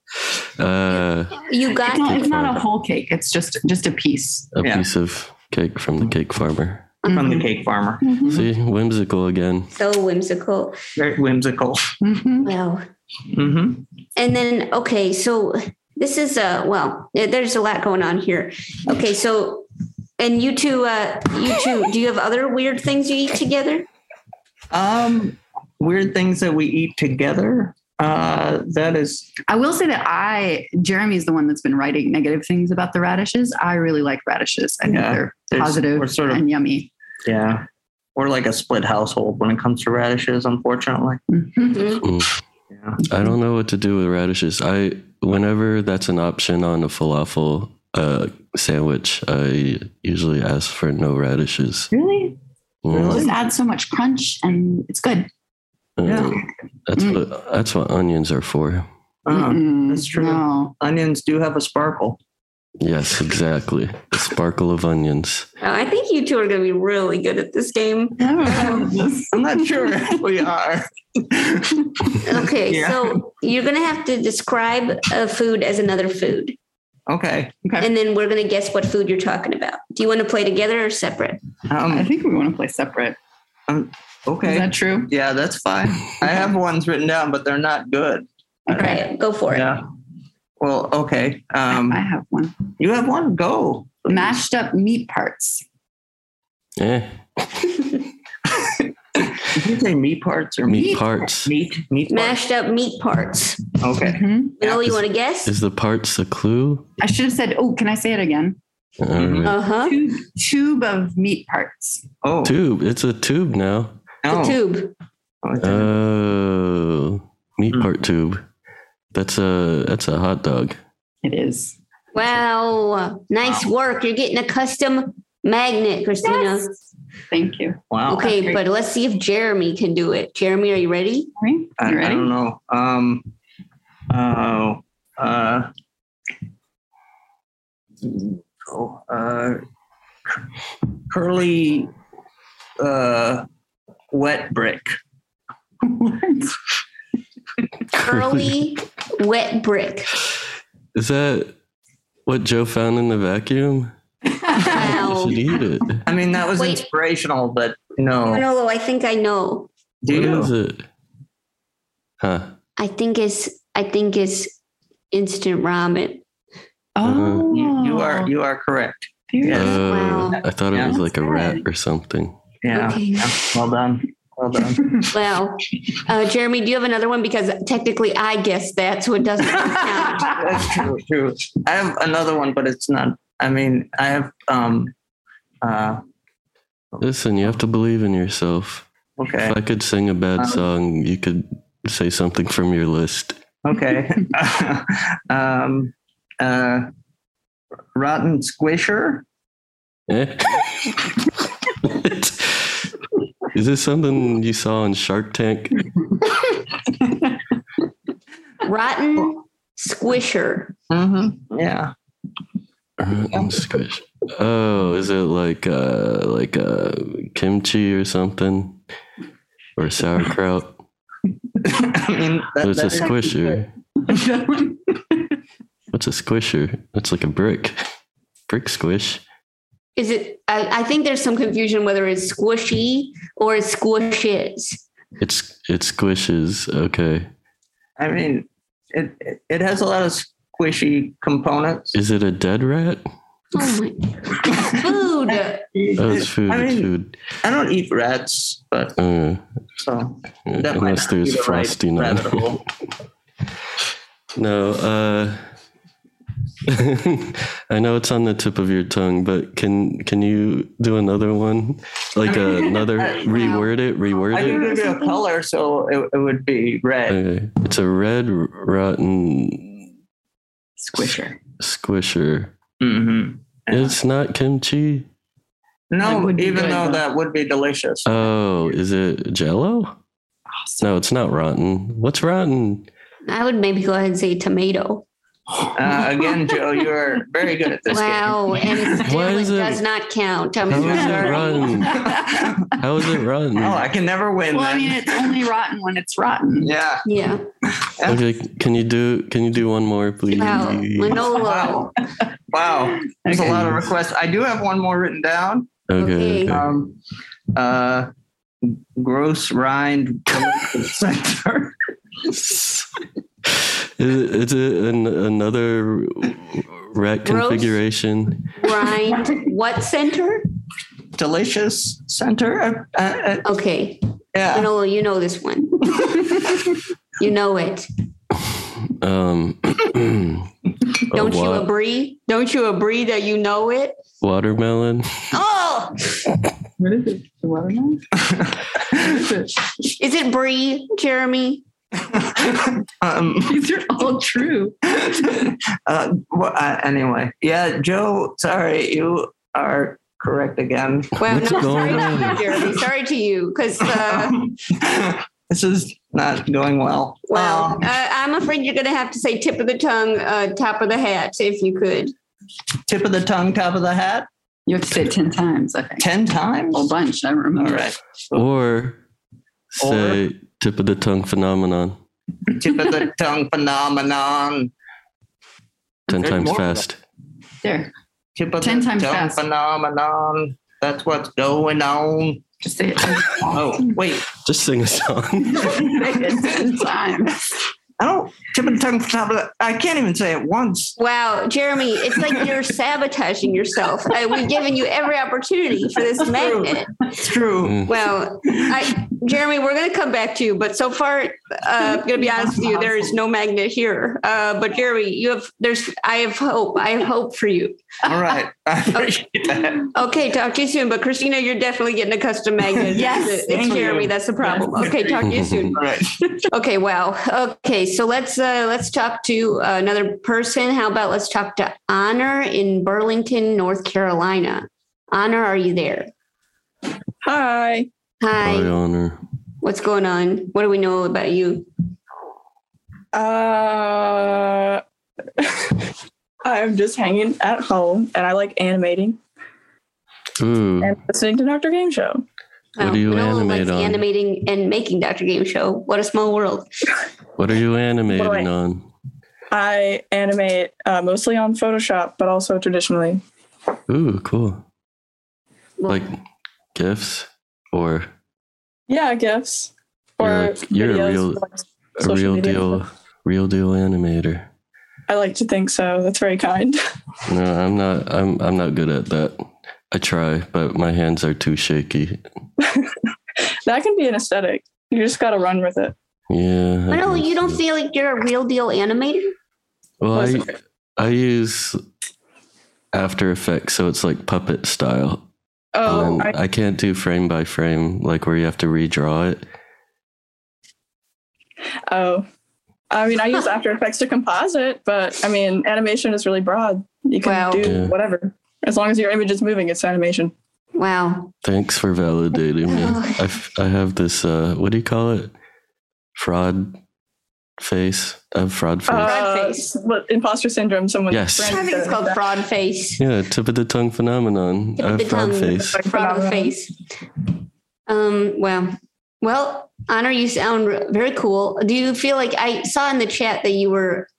[SPEAKER 1] Eh. Uh,
[SPEAKER 2] You got
[SPEAKER 6] It's not,
[SPEAKER 1] cake
[SPEAKER 6] it's not
[SPEAKER 1] farmer.
[SPEAKER 6] a whole cake. It's just just a piece.
[SPEAKER 1] a
[SPEAKER 7] Yeah.
[SPEAKER 1] piece of cake from the cake farmer. Mm-hmm.
[SPEAKER 7] from the
[SPEAKER 6] Mhm.
[SPEAKER 7] cake farmer.
[SPEAKER 6] Mhm.
[SPEAKER 1] See, whimsical again.
[SPEAKER 2] so whimsical.
[SPEAKER 7] Very whimsical.
[SPEAKER 6] Mhm.
[SPEAKER 2] Well,
[SPEAKER 7] Mm-hmm.
[SPEAKER 2] and then okay, so this is uh well, eh, there's a lot going on here. Okay, so and you two, uh, you two, do you have other weird things you eat together?
[SPEAKER 7] Um, weird things that we eat together. Uh, that is,
[SPEAKER 6] I will say that I Jeremy's the one that's been writing negative things about the radishes. I really like radishes. I think
[SPEAKER 7] Yeah,
[SPEAKER 6] they're
[SPEAKER 7] there's-
[SPEAKER 6] positive
[SPEAKER 7] We're sort of,
[SPEAKER 6] and yummy.
[SPEAKER 7] yeah. We're like a split household when it comes to radishes, unfortunately.
[SPEAKER 6] Mhm.
[SPEAKER 1] Mm-hmm.
[SPEAKER 2] Mhm.
[SPEAKER 7] Yeah.
[SPEAKER 1] Mm. I don't know what to do with radishes. I whenever that's an option on a falafel uh, sandwich, I usually ask for no radishes.
[SPEAKER 7] Really?
[SPEAKER 6] It
[SPEAKER 1] Mm.
[SPEAKER 6] just adds so much crunch and it's good.
[SPEAKER 7] Yeah.
[SPEAKER 1] Uh, that's
[SPEAKER 6] Mm.
[SPEAKER 1] what that's what onions are for.
[SPEAKER 7] Uh,
[SPEAKER 6] Mm-mm,
[SPEAKER 7] that's true.
[SPEAKER 6] No.
[SPEAKER 7] onions do have a sparkle.
[SPEAKER 1] Yes, exactly. The sparkle of onions.
[SPEAKER 2] Oh, I think you two are going to be really good at this game.
[SPEAKER 7] (laughs) I'm not sure
[SPEAKER 6] (laughs)
[SPEAKER 7] if we are.
[SPEAKER 2] Okay,
[SPEAKER 7] Yeah.
[SPEAKER 2] so you're going to have to describe a food as another food,
[SPEAKER 7] okay.
[SPEAKER 2] and then we're going to guess what food you're talking about. Do you want to play together or separate?
[SPEAKER 6] I
[SPEAKER 7] Um,
[SPEAKER 6] think we want to play separate. Is
[SPEAKER 7] okay.
[SPEAKER 6] that true?
[SPEAKER 7] Yeah, that's fine. I have ones written down, but they're not good.
[SPEAKER 2] All right, go for it.
[SPEAKER 7] Yeah. Well, okay. Um,
[SPEAKER 6] I have one.
[SPEAKER 7] you have one. Go.
[SPEAKER 6] Mashed up meat parts.
[SPEAKER 1] Eh,
[SPEAKER 7] Did you say meat parts or
[SPEAKER 1] meat
[SPEAKER 7] meat?
[SPEAKER 1] parts.
[SPEAKER 7] Meat. Meat. parts.
[SPEAKER 2] Mashed up meat parts.
[SPEAKER 7] Okay.
[SPEAKER 6] Mhm.
[SPEAKER 2] Bill, you want to guess?
[SPEAKER 1] Is the parts a clue?
[SPEAKER 6] I should have said, oh, can I say it again?
[SPEAKER 1] All
[SPEAKER 7] Mhm.
[SPEAKER 1] right.
[SPEAKER 2] Uh huh.
[SPEAKER 6] Tube, tube of meat parts.
[SPEAKER 7] Oh,
[SPEAKER 1] Tube. It's a tube now.
[SPEAKER 2] The
[SPEAKER 7] no.
[SPEAKER 2] tube.
[SPEAKER 7] Oh, it's a-
[SPEAKER 1] Oh, meat
[SPEAKER 7] Mm.
[SPEAKER 1] part tube. That's a that's a hot dog.
[SPEAKER 6] It is.
[SPEAKER 2] Wow. Nice work. You're getting a custom magnet, Christina.
[SPEAKER 6] Thank you.
[SPEAKER 7] wow.
[SPEAKER 2] Okay,
[SPEAKER 6] great.
[SPEAKER 2] but let's see if Jeremy can do it. Jeremy, are you ready?
[SPEAKER 6] All right. You
[SPEAKER 7] I, I
[SPEAKER 6] ready?
[SPEAKER 7] don't know. Um. Oh. Uh. oh, uh. Curly. Uh. Wet brick.
[SPEAKER 6] What?
[SPEAKER 2] Curly wet brick.
[SPEAKER 1] Is that what Joe found in
[SPEAKER 2] (laughs)
[SPEAKER 1] the vacuum? You
[SPEAKER 2] Wow.
[SPEAKER 1] should eat it.
[SPEAKER 7] I mean, that was
[SPEAKER 2] Wait.
[SPEAKER 7] inspirational, but no.
[SPEAKER 2] Manolo, I think I know.
[SPEAKER 7] Do
[SPEAKER 1] What
[SPEAKER 7] you?
[SPEAKER 1] is it? Huh.
[SPEAKER 2] I think it's I think it's instant ramen.
[SPEAKER 6] Oh,
[SPEAKER 7] You you are you are correct.
[SPEAKER 6] very
[SPEAKER 7] Yes.
[SPEAKER 6] good.
[SPEAKER 1] Oh,
[SPEAKER 2] Wow.
[SPEAKER 1] I thought it
[SPEAKER 7] (laughs)
[SPEAKER 1] was
[SPEAKER 6] Yeah.
[SPEAKER 1] like a rat or something.
[SPEAKER 7] Yeah.
[SPEAKER 2] Okay.
[SPEAKER 7] yeah. Well done. Well done.
[SPEAKER 2] Wow. Uh, Jeremy, do you have another one? Because technically I guess that's what doesn't
[SPEAKER 7] (laughs)
[SPEAKER 2] count.
[SPEAKER 7] (laughs) That's true. True. I have another one, but it's not. I mean, I have. Um. Uh.
[SPEAKER 1] Listen, you have to believe in yourself.
[SPEAKER 7] Okay.
[SPEAKER 1] If I could sing a bad
[SPEAKER 7] Um,
[SPEAKER 1] song, you could say something from your list. (laughs)
[SPEAKER 7] Okay. (laughs) um. Uh. Rotten squisher.
[SPEAKER 1] Eh? (laughs) Is this something you saw on Shark Tank?
[SPEAKER 2] Rotten squisher.
[SPEAKER 7] Mm-hmm. Yeah.
[SPEAKER 1] Rotten squish. Oh, is it like uh like uh kimchi or something? Or sauerkraut?
[SPEAKER 7] (laughs) I mean, that,
[SPEAKER 1] It's a
[SPEAKER 7] that is-
[SPEAKER 1] squisher. What's a squisher? That's like a brick. Brick squish.
[SPEAKER 2] Is it I, I think there's some confusion whether it's squishy or it's squishes.
[SPEAKER 1] It's it squishes. Okay.
[SPEAKER 7] I mean, it it- it has a lot of squishy components.
[SPEAKER 1] Is it a dead rat?
[SPEAKER 2] Oh my.
[SPEAKER 7] (laughs)
[SPEAKER 2] Food.
[SPEAKER 1] Oh, it's food.
[SPEAKER 7] I
[SPEAKER 1] it's
[SPEAKER 7] mean,
[SPEAKER 1] food.
[SPEAKER 7] I don't eat rats, but
[SPEAKER 1] Uh,
[SPEAKER 7] so that might
[SPEAKER 1] Mm. unless
[SPEAKER 7] not be
[SPEAKER 1] there's
[SPEAKER 7] the right
[SPEAKER 1] frosting on
[SPEAKER 7] rabbit
[SPEAKER 1] it. (laughs)
[SPEAKER 7] hole.
[SPEAKER 1] No, uh, (laughs) I know it's on the tip of your tongue, but can can you do another one? Like uh,
[SPEAKER 7] I (laughs) mean,
[SPEAKER 1] another
[SPEAKER 7] I-
[SPEAKER 1] reword it,
[SPEAKER 7] Uh, I can
[SPEAKER 1] reword it.
[SPEAKER 7] give you a color, so it, it would be red.
[SPEAKER 1] Okay. It's a red rotten
[SPEAKER 6] Squisher.
[SPEAKER 1] squisher.
[SPEAKER 7] hmm
[SPEAKER 1] It's not kimchi.
[SPEAKER 6] It
[SPEAKER 7] No,
[SPEAKER 6] would be
[SPEAKER 7] even
[SPEAKER 6] good,
[SPEAKER 7] though
[SPEAKER 6] though.
[SPEAKER 7] that would be
[SPEAKER 1] (laughs)
[SPEAKER 7] delicious.
[SPEAKER 1] Oh, is it jello? No, it's not rotten. What's rotten?
[SPEAKER 2] I would maybe go ahead and say tomato.
[SPEAKER 7] Uh, again, Joe, you are very good at this
[SPEAKER 2] Wow, and still
[SPEAKER 1] (laughs) Why
[SPEAKER 2] it
[SPEAKER 1] is it-
[SPEAKER 2] does not count. I'm
[SPEAKER 1] How is it
[SPEAKER 2] sorry.
[SPEAKER 7] (laughs) game.
[SPEAKER 1] rotten? How is
[SPEAKER 7] (laughs)
[SPEAKER 1] it rotten?
[SPEAKER 7] oh, I can never win.
[SPEAKER 6] Well, I
[SPEAKER 7] then.
[SPEAKER 6] mean, it's only rotten when it's rotten.
[SPEAKER 7] yeah.
[SPEAKER 2] Yeah.
[SPEAKER 1] Okay, can you do can you do one more, please?
[SPEAKER 2] Wow. Manolo.
[SPEAKER 7] Wow. Wow. There's a lot of requests. I do have one more written down.
[SPEAKER 1] Okay.
[SPEAKER 2] Okay.
[SPEAKER 1] okay.
[SPEAKER 7] Um, uh, gross rind center.
[SPEAKER 1] Is it, is it an, another rat
[SPEAKER 2] Gross.
[SPEAKER 1] configuration?
[SPEAKER 2] Rind. What center?
[SPEAKER 7] Delicious center. Uh, uh, uh,
[SPEAKER 2] Okay.
[SPEAKER 7] yeah.
[SPEAKER 2] Manolo, you know
[SPEAKER 7] (laughs)
[SPEAKER 2] this one. you know it. (clears throat)
[SPEAKER 1] Um,
[SPEAKER 2] Don't you
[SPEAKER 1] wa-
[SPEAKER 2] agree? Don't you agree that you know it?
[SPEAKER 1] watermelon?
[SPEAKER 2] Oh,
[SPEAKER 6] What is it? The watermelon?
[SPEAKER 2] (laughs) is it Brie, Jeremy?
[SPEAKER 7] um, (laughs)
[SPEAKER 6] These are all true.
[SPEAKER 7] uh, well, uh, anyway, yeah, Joe. Sorry, you are correct again.
[SPEAKER 2] Well,
[SPEAKER 1] What's
[SPEAKER 2] no,
[SPEAKER 1] going
[SPEAKER 2] sorry
[SPEAKER 1] on?
[SPEAKER 2] to you, Jeremy. Sorry to you, because
[SPEAKER 7] (laughs)
[SPEAKER 2] uh,
[SPEAKER 7] Um, this is not going well.
[SPEAKER 2] well,
[SPEAKER 7] Um,
[SPEAKER 2] uh, I'm afraid you're going to have to say tip of the tongue, uh, top of the hat, if you could.
[SPEAKER 7] tip of the tongue, top of the hat,
[SPEAKER 6] You have to say it 10 times, I think.
[SPEAKER 7] ten times.
[SPEAKER 6] A whole
[SPEAKER 7] All
[SPEAKER 6] bunch. I don't remember.
[SPEAKER 7] right,
[SPEAKER 1] Or say tip of the tongue phenomenon
[SPEAKER 7] tip of
[SPEAKER 6] (laughs)
[SPEAKER 7] the tongue phenomenon.
[SPEAKER 1] ten
[SPEAKER 7] There's
[SPEAKER 1] times
[SPEAKER 7] more.
[SPEAKER 1] fast.
[SPEAKER 6] There.
[SPEAKER 7] Tip of
[SPEAKER 6] Ten
[SPEAKER 7] the
[SPEAKER 6] times
[SPEAKER 7] tongue
[SPEAKER 6] fast.
[SPEAKER 7] phenomenon. That's what's going on.
[SPEAKER 6] Just say it 10
[SPEAKER 7] Oh wait,
[SPEAKER 1] Just sing a song.
[SPEAKER 6] Say it 10 times.
[SPEAKER 7] I don't Oh, tip of the tongue. Top of the, I can't even say it once.
[SPEAKER 2] Wow, Jeremy, it's like you're sabotaging yourself. Uh, we've given you every opportunity for this magnet.
[SPEAKER 7] (laughs) It's true.
[SPEAKER 1] Mm.
[SPEAKER 2] Well, I, Jeremy, we're going to come back to you, but so far, uh, I'm going to be honest with you, there is no magnet here. Uh, but Jeremy, you have there's I have hope. I have hope for you.
[SPEAKER 7] All
[SPEAKER 2] (laughs)
[SPEAKER 7] right, I appreciate that.
[SPEAKER 2] Okay, talk to you soon. But Christina, you're definitely getting a custom magnet.
[SPEAKER 6] Yes,
[SPEAKER 2] it's, it's
[SPEAKER 7] thank you.
[SPEAKER 2] Jeremy. That's the problem.
[SPEAKER 7] Yes.
[SPEAKER 2] Okay, talk to you
[SPEAKER 7] (laughs)
[SPEAKER 2] soon.
[SPEAKER 7] All right.
[SPEAKER 2] Okay, wow. Okay, so let's uh, let's talk to uh, another person. How about let's talk to Honor in Burlington, North Carolina. Honor, are you there?
[SPEAKER 8] Hi.
[SPEAKER 2] (laughs) Hi.
[SPEAKER 1] High honor.
[SPEAKER 2] What's going on? What do we know about you?
[SPEAKER 8] Uh, (laughs) I'm just hanging at home and I like animating
[SPEAKER 1] Ooh,
[SPEAKER 8] and listening to Dr. Game Show.
[SPEAKER 2] Oh,
[SPEAKER 1] What do you
[SPEAKER 2] Manolo
[SPEAKER 1] animate
[SPEAKER 2] likes
[SPEAKER 1] on?
[SPEAKER 2] Animating and making Dr. Game Show. What a small world.
[SPEAKER 1] what are you animating on?
[SPEAKER 8] I animate uh, mostly on Photoshop, but also traditionally.
[SPEAKER 1] Ooh, cool.
[SPEAKER 2] Well,
[SPEAKER 1] Like gifs or
[SPEAKER 8] Yeah, gifts. Or
[SPEAKER 1] You're a- you're a
[SPEAKER 8] videos
[SPEAKER 1] real-
[SPEAKER 8] for, like,
[SPEAKER 1] a
[SPEAKER 8] social
[SPEAKER 1] real
[SPEAKER 8] media.
[SPEAKER 1] deal, real deal animator.
[SPEAKER 8] I like to think so. That's very kind. (laughs)
[SPEAKER 1] No, I'm not. I'm I'm not good at that. I try, but my hands are too shaky.
[SPEAKER 8] that can be an aesthetic. You just got to run with it.
[SPEAKER 1] Yeah. I
[SPEAKER 2] Manolo,
[SPEAKER 1] guess.
[SPEAKER 2] you don't feel like you're a real deal animator?
[SPEAKER 1] Well, I,
[SPEAKER 8] Listen,
[SPEAKER 1] I use After Effects, so it's like puppet style.
[SPEAKER 8] oh,
[SPEAKER 1] and then
[SPEAKER 8] I,
[SPEAKER 1] I, can't do frame by frame, like where you have to redraw it.
[SPEAKER 8] oh. I mean,
[SPEAKER 1] (laughs)
[SPEAKER 8] I use After Effects to composite, but I mean, animation is really broad. You can
[SPEAKER 2] Wow.
[SPEAKER 8] do
[SPEAKER 1] Yeah.
[SPEAKER 8] whatever. As long as your image is moving, it's animation.
[SPEAKER 2] Wow.
[SPEAKER 1] Thanks for validating
[SPEAKER 2] (laughs)
[SPEAKER 1] me.
[SPEAKER 2] Oh.
[SPEAKER 1] I, f- I have this. Uh, what do you call it? Fraud face. I have fraud face.
[SPEAKER 2] Oh,
[SPEAKER 8] Uh,
[SPEAKER 2] face.
[SPEAKER 8] what- imposter syndrome. Someone.
[SPEAKER 1] Yes.
[SPEAKER 2] I think it's called fraud face.
[SPEAKER 1] yeah, tip of the tongue phenomenon.
[SPEAKER 2] Tip
[SPEAKER 1] I
[SPEAKER 2] of
[SPEAKER 1] have
[SPEAKER 2] the
[SPEAKER 1] fraud
[SPEAKER 2] tongue.
[SPEAKER 1] face.
[SPEAKER 2] Fraud of face. Um, wow. Well, Honor, you sound r- very cool. Do you feel like I saw in the chat that you were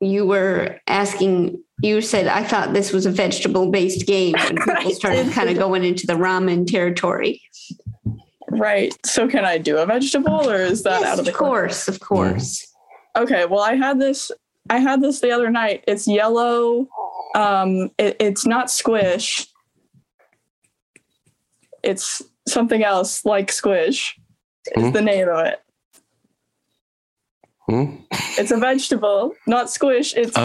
[SPEAKER 2] you were asking you said I thought this was a vegetable based game and people started kind of going into the ramen territory.
[SPEAKER 8] Right. So can I do a vegetable or is that out
[SPEAKER 2] Yes,
[SPEAKER 8] of the
[SPEAKER 2] of course, of course.
[SPEAKER 8] Okay, well I had this I had this the other night. It's yellow. Um it, it's not squish. It's something else like squish. Is
[SPEAKER 1] Hmm?
[SPEAKER 8] the name of it.
[SPEAKER 1] Hmm?
[SPEAKER 8] It's a vegetable, not squish. It's something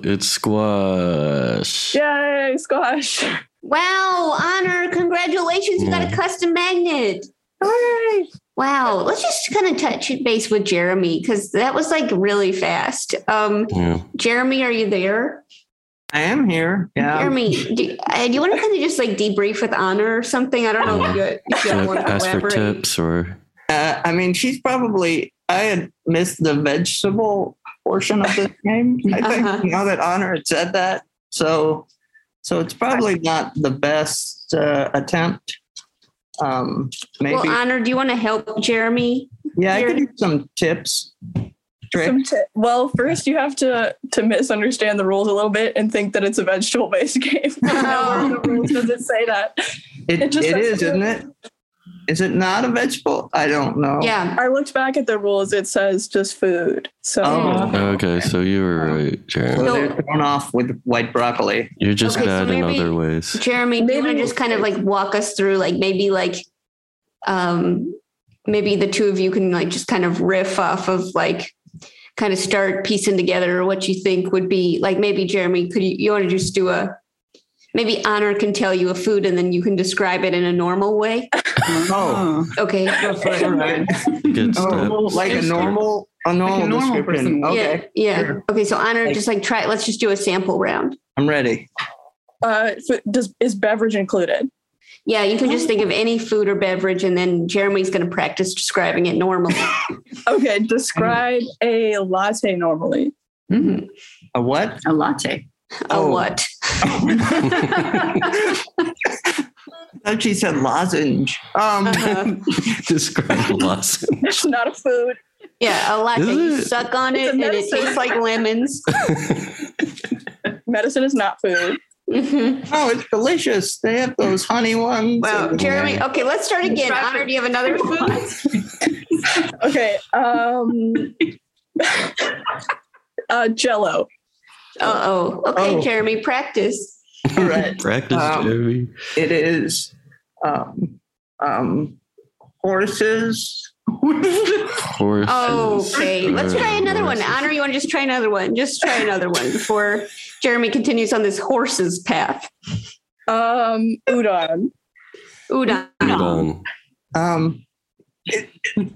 [SPEAKER 1] Oh, it's squash.
[SPEAKER 8] Yay, squash.
[SPEAKER 2] Wow, honor, congratulations. You got a
[SPEAKER 7] Mm.
[SPEAKER 1] Yeah.
[SPEAKER 2] custom magnet.
[SPEAKER 8] Hooray.
[SPEAKER 2] Wow. Let's just kind of touch base with Jeremy because that was like really fast. Um,
[SPEAKER 1] Yeah.
[SPEAKER 2] Jeremy, are you there?
[SPEAKER 7] I am here. Yeah.
[SPEAKER 2] Jeremy, do, uh, do you want to kind of just like debrief with honor or something? I don't know if you, if you
[SPEAKER 1] Should I
[SPEAKER 2] want to
[SPEAKER 1] ask for
[SPEAKER 2] elaborate.
[SPEAKER 1] tips or
[SPEAKER 7] Uh, I mean, she's probably. I had missed the vegetable portion of this game. I think
[SPEAKER 2] Uh-huh.
[SPEAKER 7] now that Honor had said that, so so it's probably not the best uh, attempt. Um, maybe.
[SPEAKER 2] Well, honor, do you want to help Jeremy?
[SPEAKER 7] yeah, I could
[SPEAKER 2] here-
[SPEAKER 7] do some tips. Tricks.
[SPEAKER 8] Some ti- well, first you have to to misunderstand the rules a little bit and think that it's a vegetable based (laughs) game. Nowhere in the rules
[SPEAKER 2] (laughs)
[SPEAKER 8] does it say that.
[SPEAKER 7] It,
[SPEAKER 8] It
[SPEAKER 7] it
[SPEAKER 8] just says-
[SPEAKER 7] is, isn't it? Is it not a vegetable? I don't know.
[SPEAKER 2] Yeah.
[SPEAKER 8] I looked back at the rules. It says just food. So
[SPEAKER 7] Oh.
[SPEAKER 1] Okay, so you were right,
[SPEAKER 7] So
[SPEAKER 1] Jeremy.
[SPEAKER 2] No.
[SPEAKER 7] they're thrown off with white broccoli.
[SPEAKER 1] You're just
[SPEAKER 2] Okay, so
[SPEAKER 1] bad in
[SPEAKER 2] maybe-
[SPEAKER 1] other ways.
[SPEAKER 2] Jeremy, do you want to
[SPEAKER 8] Maybe-
[SPEAKER 2] just kind of like walk us through like maybe like um maybe the two of you can like just kind of riff off of like kind of start piecing together what you think would be like maybe Jeremy, could you you want to just do a maybe honor can tell you a food and then you can describe it in a normal
[SPEAKER 6] (laughs)
[SPEAKER 2] way?
[SPEAKER 7] Oh,
[SPEAKER 2] Okay.
[SPEAKER 7] all right.
[SPEAKER 1] Good
[SPEAKER 7] Oh,
[SPEAKER 1] steps.
[SPEAKER 7] like a
[SPEAKER 1] Good
[SPEAKER 7] normal, a normal,
[SPEAKER 6] normal person
[SPEAKER 7] description.
[SPEAKER 6] would.
[SPEAKER 7] Okay,
[SPEAKER 2] Yeah. yeah.
[SPEAKER 7] sure.
[SPEAKER 2] Okay. So honor,
[SPEAKER 7] Like-
[SPEAKER 2] just like try let's just do a sample round.
[SPEAKER 7] I'm ready.
[SPEAKER 8] uh, f- does is beverage included?
[SPEAKER 2] Yeah, you can just think of any food or beverage and then Jeremy's gonna practice describing it normally.
[SPEAKER 8] Okay, describe a latte normally.
[SPEAKER 6] Mhm.
[SPEAKER 7] A what?
[SPEAKER 6] A latte.
[SPEAKER 2] oh.
[SPEAKER 7] Oh.
[SPEAKER 2] what?
[SPEAKER 7] (laughs) I thought she said lozenge. Um, (laughs)
[SPEAKER 2] Uh-huh.
[SPEAKER 1] Describe lozenge.
[SPEAKER 8] It's not a food.
[SPEAKER 2] Yeah, a latte.
[SPEAKER 1] Is
[SPEAKER 2] You
[SPEAKER 1] it?
[SPEAKER 2] suck on
[SPEAKER 8] It's
[SPEAKER 2] it
[SPEAKER 8] a
[SPEAKER 2] and it
[SPEAKER 8] medicine.
[SPEAKER 2] tastes like
[SPEAKER 7] (laughs)
[SPEAKER 2] lemons.
[SPEAKER 8] Medicine is not food.
[SPEAKER 2] Mhm.
[SPEAKER 7] oh, it's delicious. They have those honey ones.
[SPEAKER 2] Wow,
[SPEAKER 7] and-
[SPEAKER 2] Jeremy. Okay, let's start again.
[SPEAKER 6] Describe
[SPEAKER 2] Honor,
[SPEAKER 6] it.
[SPEAKER 2] do you have
[SPEAKER 8] (laughs)
[SPEAKER 2] another food?
[SPEAKER 8] Okay. Um, uh, Jello.
[SPEAKER 2] Uh oh. Okay,
[SPEAKER 7] Oh.
[SPEAKER 2] Jeremy, practice.
[SPEAKER 7] All right.
[SPEAKER 1] (laughs) Practice,
[SPEAKER 7] Um,
[SPEAKER 1] Jeremy.
[SPEAKER 7] It is um, um, horses.
[SPEAKER 1] Horses.
[SPEAKER 2] Oh, Okay, let's try another one.
[SPEAKER 1] Horses.
[SPEAKER 2] Honor, you want to just try another one? Just try another one before Jeremy continues on this horse's path.
[SPEAKER 8] Um, udon.
[SPEAKER 2] Udon.
[SPEAKER 1] Udon.
[SPEAKER 7] Um, it-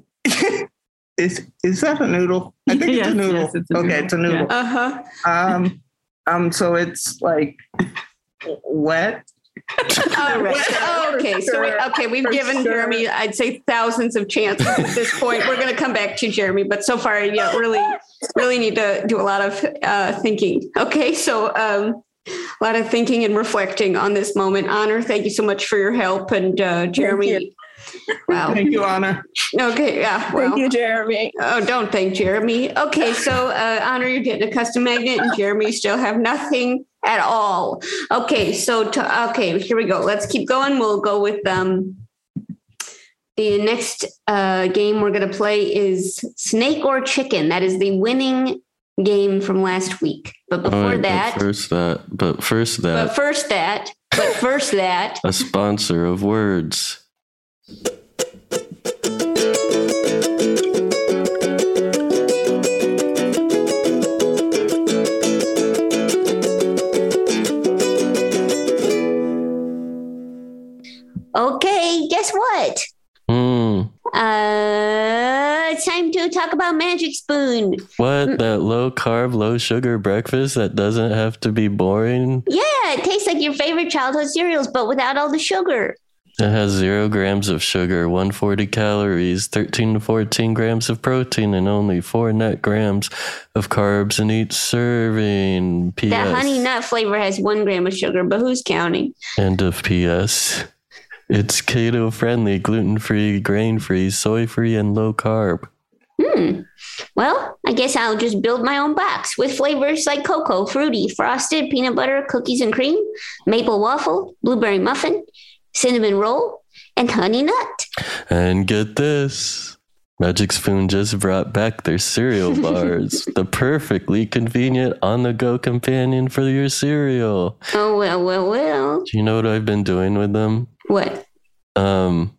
[SPEAKER 7] (laughs) is is that a noodle? I think it's
[SPEAKER 6] Yes,
[SPEAKER 7] a noodle.
[SPEAKER 6] yes, it's a
[SPEAKER 7] okay,
[SPEAKER 6] noodle.
[SPEAKER 7] it's a noodle.
[SPEAKER 2] Uh huh.
[SPEAKER 7] Um, um, so it's like wet.
[SPEAKER 2] All right. Okay. So we, okay, we've
[SPEAKER 8] For
[SPEAKER 2] given
[SPEAKER 8] sure.
[SPEAKER 2] Jeremy, I'd say, thousands of chances at this point. We're going to come back to Jeremy, but so far, yeah, really, really need to do a lot of uh, thinking. Okay, so um, a lot of thinking and reflecting on this moment. Honor, thank you so much for your help, and uh, Jeremy. Wow.
[SPEAKER 7] Thank you, Anna.
[SPEAKER 2] Okay. Yeah. Well.
[SPEAKER 8] Thank you, Jeremy.
[SPEAKER 2] Oh, don't thank Jeremy. Okay, so uh, Honor, you're getting a custom magnet, and Jeremy you still have nothing at all. Okay, so to, okay, here we go. Let's keep going. We'll go with um, the next uh, game we're going to play is Snake or Chicken. That is the winning game from last week. But
[SPEAKER 1] All
[SPEAKER 2] before
[SPEAKER 1] right, but
[SPEAKER 2] that,
[SPEAKER 1] first that, but first
[SPEAKER 2] but
[SPEAKER 1] that,
[SPEAKER 2] first that, but first that.
[SPEAKER 1] a sponsor of words.
[SPEAKER 2] Okay, guess what?
[SPEAKER 1] Hmm.
[SPEAKER 2] Uh, it's time to talk about Magic Spoon. Hmm.
[SPEAKER 1] What that low carb, low sugar breakfast that doesn't have to be boring.
[SPEAKER 2] Yeah, it tastes like your favorite childhood cereals, but without all the sugar.
[SPEAKER 1] It has zero grams of sugar, 140 calories, 13 to 14 grams of protein, and only four net grams of carbs in each serving. P.S.
[SPEAKER 2] The honey nut flavor has one gram of sugar, but who's counting?
[SPEAKER 1] End of PS. It's keto friendly, gluten free, grain free, soy free, and low carb.
[SPEAKER 2] Hmm. Well, I guess I'll just build my own box with flavors like cocoa, fruity, frosted, peanut butter, cookies and cream, maple waffle, blueberry muffin, cinnamon roll, and honey nut.
[SPEAKER 1] And get this. Magic Spoon just brought back
[SPEAKER 2] (laughs)
[SPEAKER 1] their cereal bars, the perfectly convenient on the go companion for your cereal.
[SPEAKER 2] Oh, well, well, well.
[SPEAKER 1] Do you know what I've been doing with them?
[SPEAKER 2] What? (laughs)
[SPEAKER 1] Um,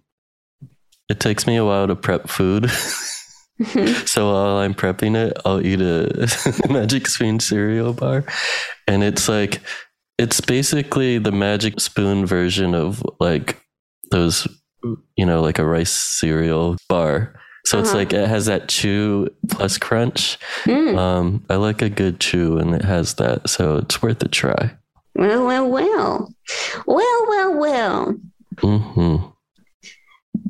[SPEAKER 1] it takes me a while to prep food. (laughs)
[SPEAKER 2] Hmm.
[SPEAKER 1] so while I'm prepping it, I'll eat a (laughs) Magic Spoon cereal bar. And it's like, it's basically the Magic Spoon version of like those, you know, like a rice cereal bar. So it's
[SPEAKER 2] Uh-huh.
[SPEAKER 1] like it has that chew plus crunch.
[SPEAKER 2] Mm,
[SPEAKER 1] Um, I like a good chew and it has that. So it's worth a try.
[SPEAKER 2] well, well, well. Well, well, well.
[SPEAKER 1] hmm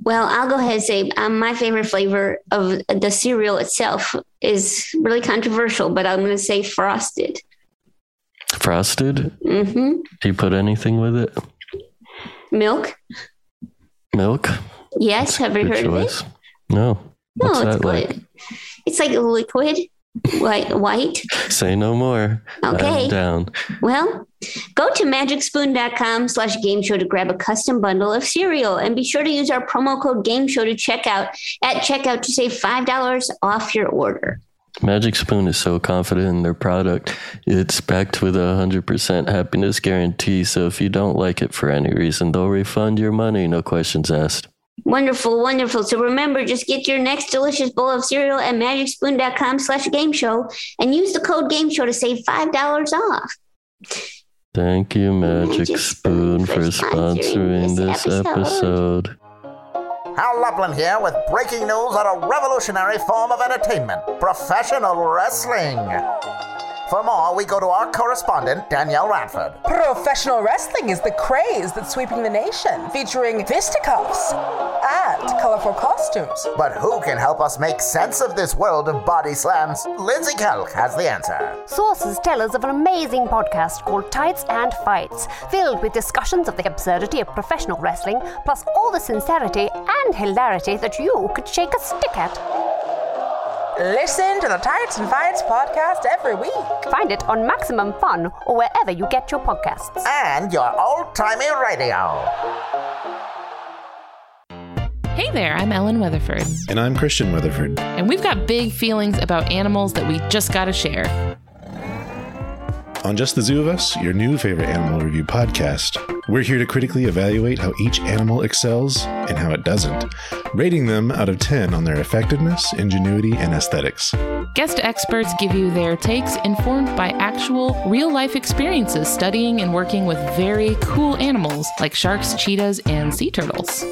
[SPEAKER 2] Well, I'll go ahead and say um, my favorite flavor of the cereal itself is really controversial, but I'm going to say frosted.
[SPEAKER 1] Frosted?
[SPEAKER 2] hmm
[SPEAKER 1] Do you put anything with it?
[SPEAKER 2] Milk.
[SPEAKER 1] Milk?
[SPEAKER 2] Yes. Have you
[SPEAKER 1] Good
[SPEAKER 2] heard of it?
[SPEAKER 1] choice. No.
[SPEAKER 2] No,
[SPEAKER 1] What's
[SPEAKER 2] it's
[SPEAKER 1] that like?
[SPEAKER 2] good. It's like liquid, white. white.
[SPEAKER 1] Say no more.
[SPEAKER 2] Okay.
[SPEAKER 1] I'm down.
[SPEAKER 2] Well, go to magicspoon.com slash game show to grab a custom bundle of cereal and be sure to use our promo code game show to check out at checkout to save $5 off your order.
[SPEAKER 1] Magic Spoon is so confident in their product. It's backed with a 100% happiness guarantee. So if you don't like it for any reason, they'll refund your money. No questions asked.
[SPEAKER 2] Wonderful, wonderful. So remember, just get your next delicious bowl of cereal at magicspoon.com slash game show and use the code game show to save $5 off.
[SPEAKER 1] Thank you, Magic,
[SPEAKER 2] Magic Spoon,
[SPEAKER 1] Spoon, for
[SPEAKER 2] for
[SPEAKER 1] sponsoring
[SPEAKER 2] sponsoring
[SPEAKER 1] this
[SPEAKER 2] this
[SPEAKER 1] episode.
[SPEAKER 2] episode.
[SPEAKER 9] Hal Lublin here with breaking news on a revolutionary form of entertainment professional wrestling. For more, we go to our correspondent, Danielle Radford.
[SPEAKER 10] Professional wrestling is the craze that's sweeping the nation, featuring fisticuffs and colorful costumes.
[SPEAKER 9] But who can help us make sense of this world of body slams? Lindsay Kelk has the answer.
[SPEAKER 11] Sources tell us of an amazing podcast called Tights and Fights, filled with discussions of the absurdity of professional wrestling, plus all the sincerity and hilarity that you could shake a stick at.
[SPEAKER 10] Listen to the Tights and Fights podcast every week.
[SPEAKER 11] Find it on Maximum Fun or wherever you get your podcasts.
[SPEAKER 9] And your old timey radio.
[SPEAKER 12] Hey there, I'm Ellen Weatherford,
[SPEAKER 13] And I'm Christian Weatherford.
[SPEAKER 12] and we've got big feelings about animals that we just gotta share.
[SPEAKER 13] On Just the Zoo of Us, your new favorite animal review podcast, we're here to critically evaluate how each animal excels and how it doesn't, rating them out of 10 on their effectiveness, ingenuity, and aesthetics.
[SPEAKER 12] Guest experts give you their takes informed by actual, real life experiences studying and working with very cool animals like sharks, cheetahs, and sea turtles.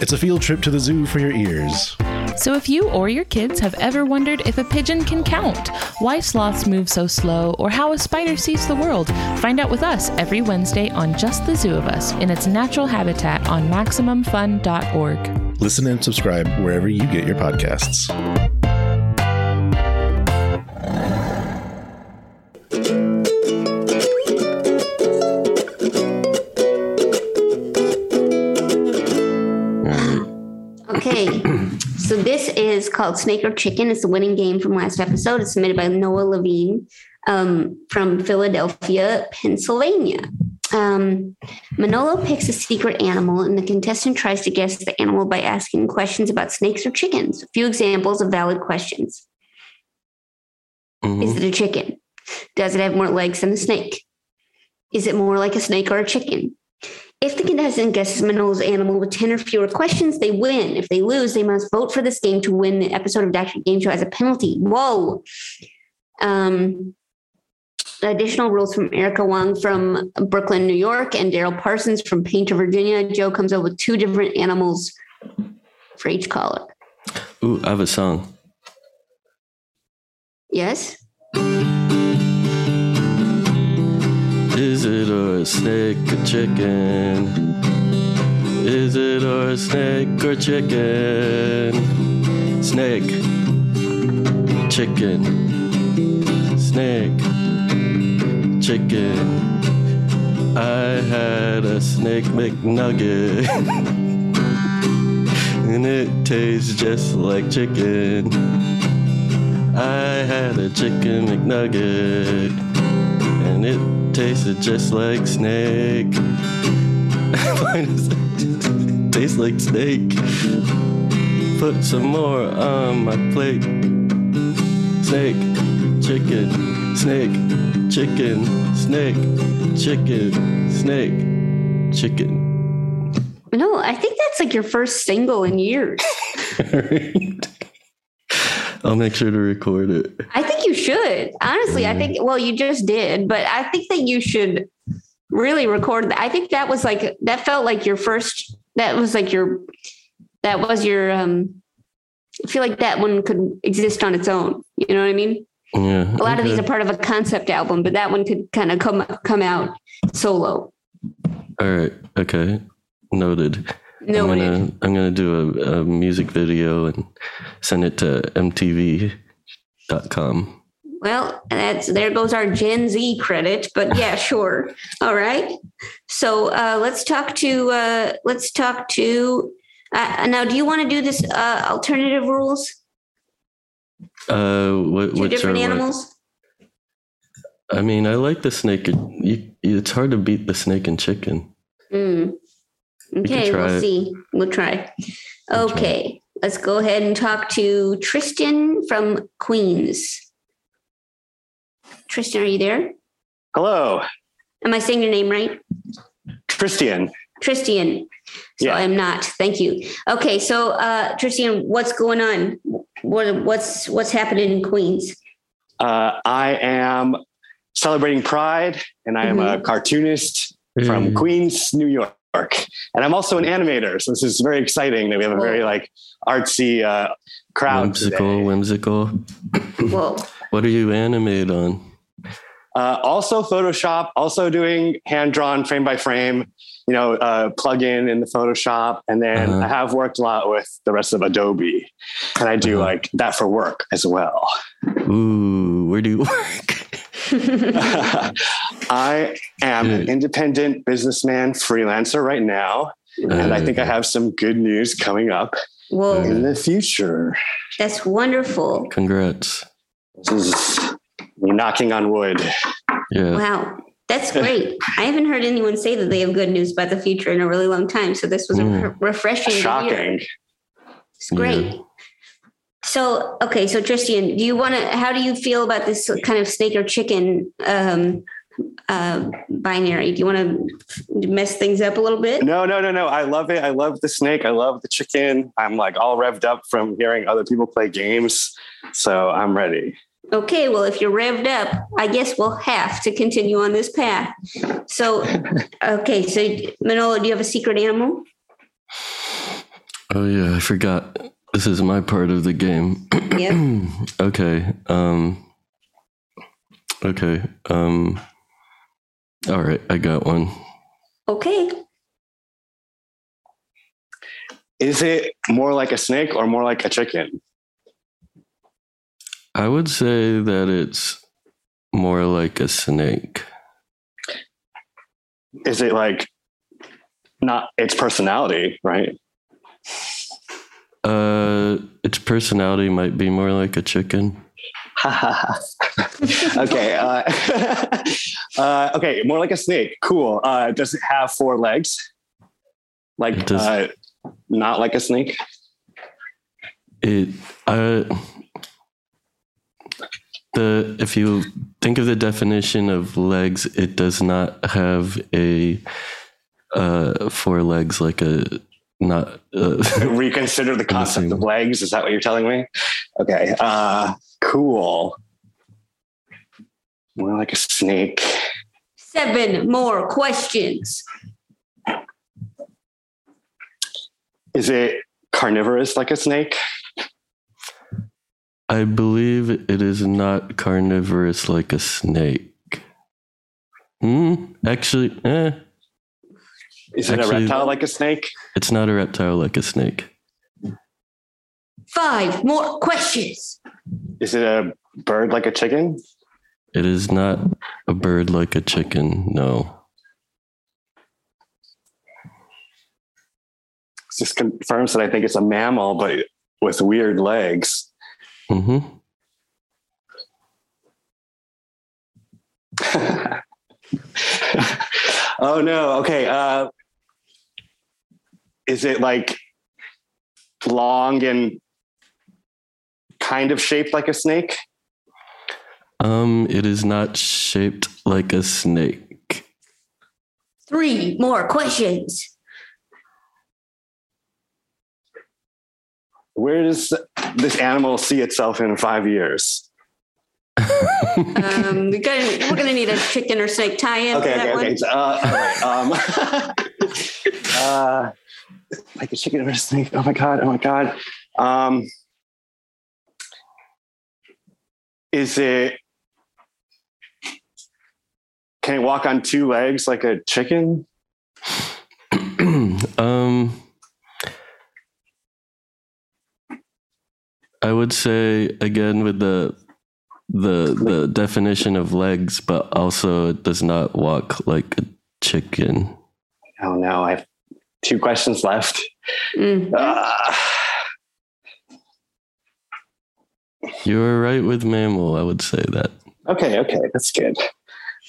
[SPEAKER 13] It's a field trip to the zoo for your ears.
[SPEAKER 12] So, if you or your kids have ever wondered if a pigeon can count, why sloths move so slow, or how a spider sees the world, find out with us every Wednesday on Just the Zoo of Us in its natural habitat on MaximumFun.org.
[SPEAKER 13] Listen and subscribe wherever you get your podcasts.
[SPEAKER 2] Okay. so this is called Snake or Chicken. It's the winning game from last episode. It's submitted by Noah Levine um, from Philadelphia, Pennsylvania. Um, Manolo picks a secret animal, and the contestant tries to guess the animal by asking questions about snakes or chickens. A few examples of valid questions Is
[SPEAKER 1] Mhm.
[SPEAKER 2] it a chicken? Does it have more legs than a snake? Is it more like a snake or a chicken? If the contestant guesses Manolo's animal with 10 or fewer questions, they win. If they lose, they must vote for this game to win the episode of Dr. Game Show as a penalty. Whoa. Um, additional rules from Erica Wong from Brooklyn, New York, and Daryl Parsons from Painter, Virginia. Joe comes up with two different animals for each caller.
[SPEAKER 1] Ooh, I have a song.
[SPEAKER 2] Yes?
[SPEAKER 1] Is it or a snake or chicken? Is it or a snake or chicken? Snake, chicken, snake, chicken. I had a snake McNugget, (laughs) and it tastes just like chicken. I had a chicken McNugget, (laughs) and it tasted just like snake. Why does it taste like steak? Put some more on my plate. Snake, chicken, snake, chicken, snake, chicken, snake, chicken.
[SPEAKER 2] No, I think that's like your first single in years.
[SPEAKER 1] I'll make sure to record it.
[SPEAKER 2] I think you should. Honestly, I think, well, you just did, but I think that you should really record. I think that was like, that felt like your first, that was like your, that was your, um, I feel like that one could exist on its own. You know what I mean?
[SPEAKER 1] (laughs) Yeah.
[SPEAKER 2] A lot of these are part of a concept album, but that one could kind of come come out solo.
[SPEAKER 1] All right. Okay. Noted.
[SPEAKER 2] Noted.
[SPEAKER 1] I'm gonna I'm gonna do a, a music video and send it to MTV.com.
[SPEAKER 2] Well, that's there goes our Gen Z credit, but yeah, sure. All right. So uh, let's talk to uh, let's talk to uh, now. Do you want to do this uh, alternative rules?
[SPEAKER 1] Uh, what,
[SPEAKER 2] Two
[SPEAKER 1] what's
[SPEAKER 2] different
[SPEAKER 1] our what?
[SPEAKER 2] animals.
[SPEAKER 1] I mean, I like the snake. and- You, it's hard to beat the snake and chicken.
[SPEAKER 2] Mm. Okay,
[SPEAKER 1] try
[SPEAKER 2] we'll
[SPEAKER 1] it.
[SPEAKER 2] see. We'll try. Okay, let's go ahead and talk to Tristan from Queens. Tristan, are you there?
[SPEAKER 14] Hello,
[SPEAKER 2] Am I saying your name right?
[SPEAKER 14] Christian.
[SPEAKER 2] Tristan. So I'm not. Thank you. Okay, so uh Tristan, what's going on? What what's what's happening in Queens?
[SPEAKER 14] Uh, I am celebrating Pride, and I am a cartoonist from Queens, New York. And I'm also an animator, so this is very exciting that we have a very like artsy uh, crowd. today.
[SPEAKER 1] Whimsical, whimsical.
[SPEAKER 2] Whoa.
[SPEAKER 1] What are you animate on?
[SPEAKER 14] Uh, also Photoshop, also doing hand drawn frame by frame, you know, uh, plug in in the Photoshop. And then I have worked a lot with the rest of Adobe, and I do like that for work as well.
[SPEAKER 1] Ooh, where do you (laughs) work?
[SPEAKER 14] (laughs) I am an independent businessman freelancer right now. And I
[SPEAKER 1] Uh.
[SPEAKER 14] think I have some good news coming up
[SPEAKER 2] Whoa.
[SPEAKER 14] in the future.
[SPEAKER 2] That's wonderful.
[SPEAKER 1] Congrats.
[SPEAKER 14] This is knocking on wood.
[SPEAKER 1] Yeah.
[SPEAKER 2] Wow.
[SPEAKER 14] (laughs)
[SPEAKER 2] That's great. I haven't heard anyone say that they have good news about the future in a really long time. So this was a
[SPEAKER 14] Mm.
[SPEAKER 2] re- refreshing to hear.
[SPEAKER 14] Shocking.
[SPEAKER 2] It's great. So okay, so Tristan, do you want to? How do you feel about this kind of snake or chicken um, uh, binary? Do you want to mess things up a little bit?
[SPEAKER 14] No, no, no, no. I love it. I love the snake. I love the chicken. I'm like all revved up from hearing other people play games. So I'm ready.
[SPEAKER 2] Okay, well, if you're revved up, I guess we'll have to continue on this path. So, okay, so Manolo, do you have a secret animal?
[SPEAKER 1] Oh yeah, I forgot. This is my part of the game.
[SPEAKER 2] Yep.
[SPEAKER 1] (clears throat) okay. Um Okay. Um All right, I got one.
[SPEAKER 2] Okay.
[SPEAKER 14] Is it more like a snake or more like a chicken?
[SPEAKER 1] I would say that it's more like a snake.
[SPEAKER 14] Is it like not its personality, right?
[SPEAKER 1] Uh its personality might be more like a chicken.
[SPEAKER 14] (laughs) okay. Uh, (laughs) uh, okay. More like a snake. Cool. Uh, does it have four legs? Like,
[SPEAKER 1] does.
[SPEAKER 14] uh, not like a
[SPEAKER 1] (laughs)
[SPEAKER 14] snake?
[SPEAKER 1] It uh the if you think of the definition of legs, it does not have a uh four legs like a not uh,
[SPEAKER 14] reconsider the concept of legs. Is that what you're telling me? Okay. Uh, cool. More like a snake.
[SPEAKER 2] Seven more questions.
[SPEAKER 14] Is it carnivorous like a snake?
[SPEAKER 1] I believe it is not carnivorous like a snake. Hmm. Actually, eh.
[SPEAKER 14] Is it a
[SPEAKER 1] Actually-
[SPEAKER 14] reptile like a snake?
[SPEAKER 1] It's not a reptile like a snake.
[SPEAKER 2] Five more questions.
[SPEAKER 14] Is it a bird like a chicken?
[SPEAKER 1] It is not a bird like a chicken. No.
[SPEAKER 14] This confirms that I think it's a mammal, but with weird legs.
[SPEAKER 1] Mm-hmm.
[SPEAKER 14] Oh no. Okay. Uh, is it like long and kind of shaped like a snake?
[SPEAKER 1] Um, it is not shaped like a snake.
[SPEAKER 2] Three more questions.
[SPEAKER 14] Where does this animal see itself in five years?
[SPEAKER 2] Um, we're, gonna, we're gonna need a chicken or snake tie-in for
[SPEAKER 14] okay,
[SPEAKER 2] that
[SPEAKER 14] okay,
[SPEAKER 2] one.
[SPEAKER 14] okay. So, uh, all right, um, (laughs) uh, like a chicken or a snake. Oh my god! Oh my god! Um, is it? Can it walk on two legs like a chicken?
[SPEAKER 1] (clears throat) um, I would say again with the the the definition of legs, but also it does not walk like a chicken.
[SPEAKER 14] Oh no! I have two questions left. Uh,
[SPEAKER 1] You were right with mammal. I would say that.
[SPEAKER 14] Okay, okay, that's good.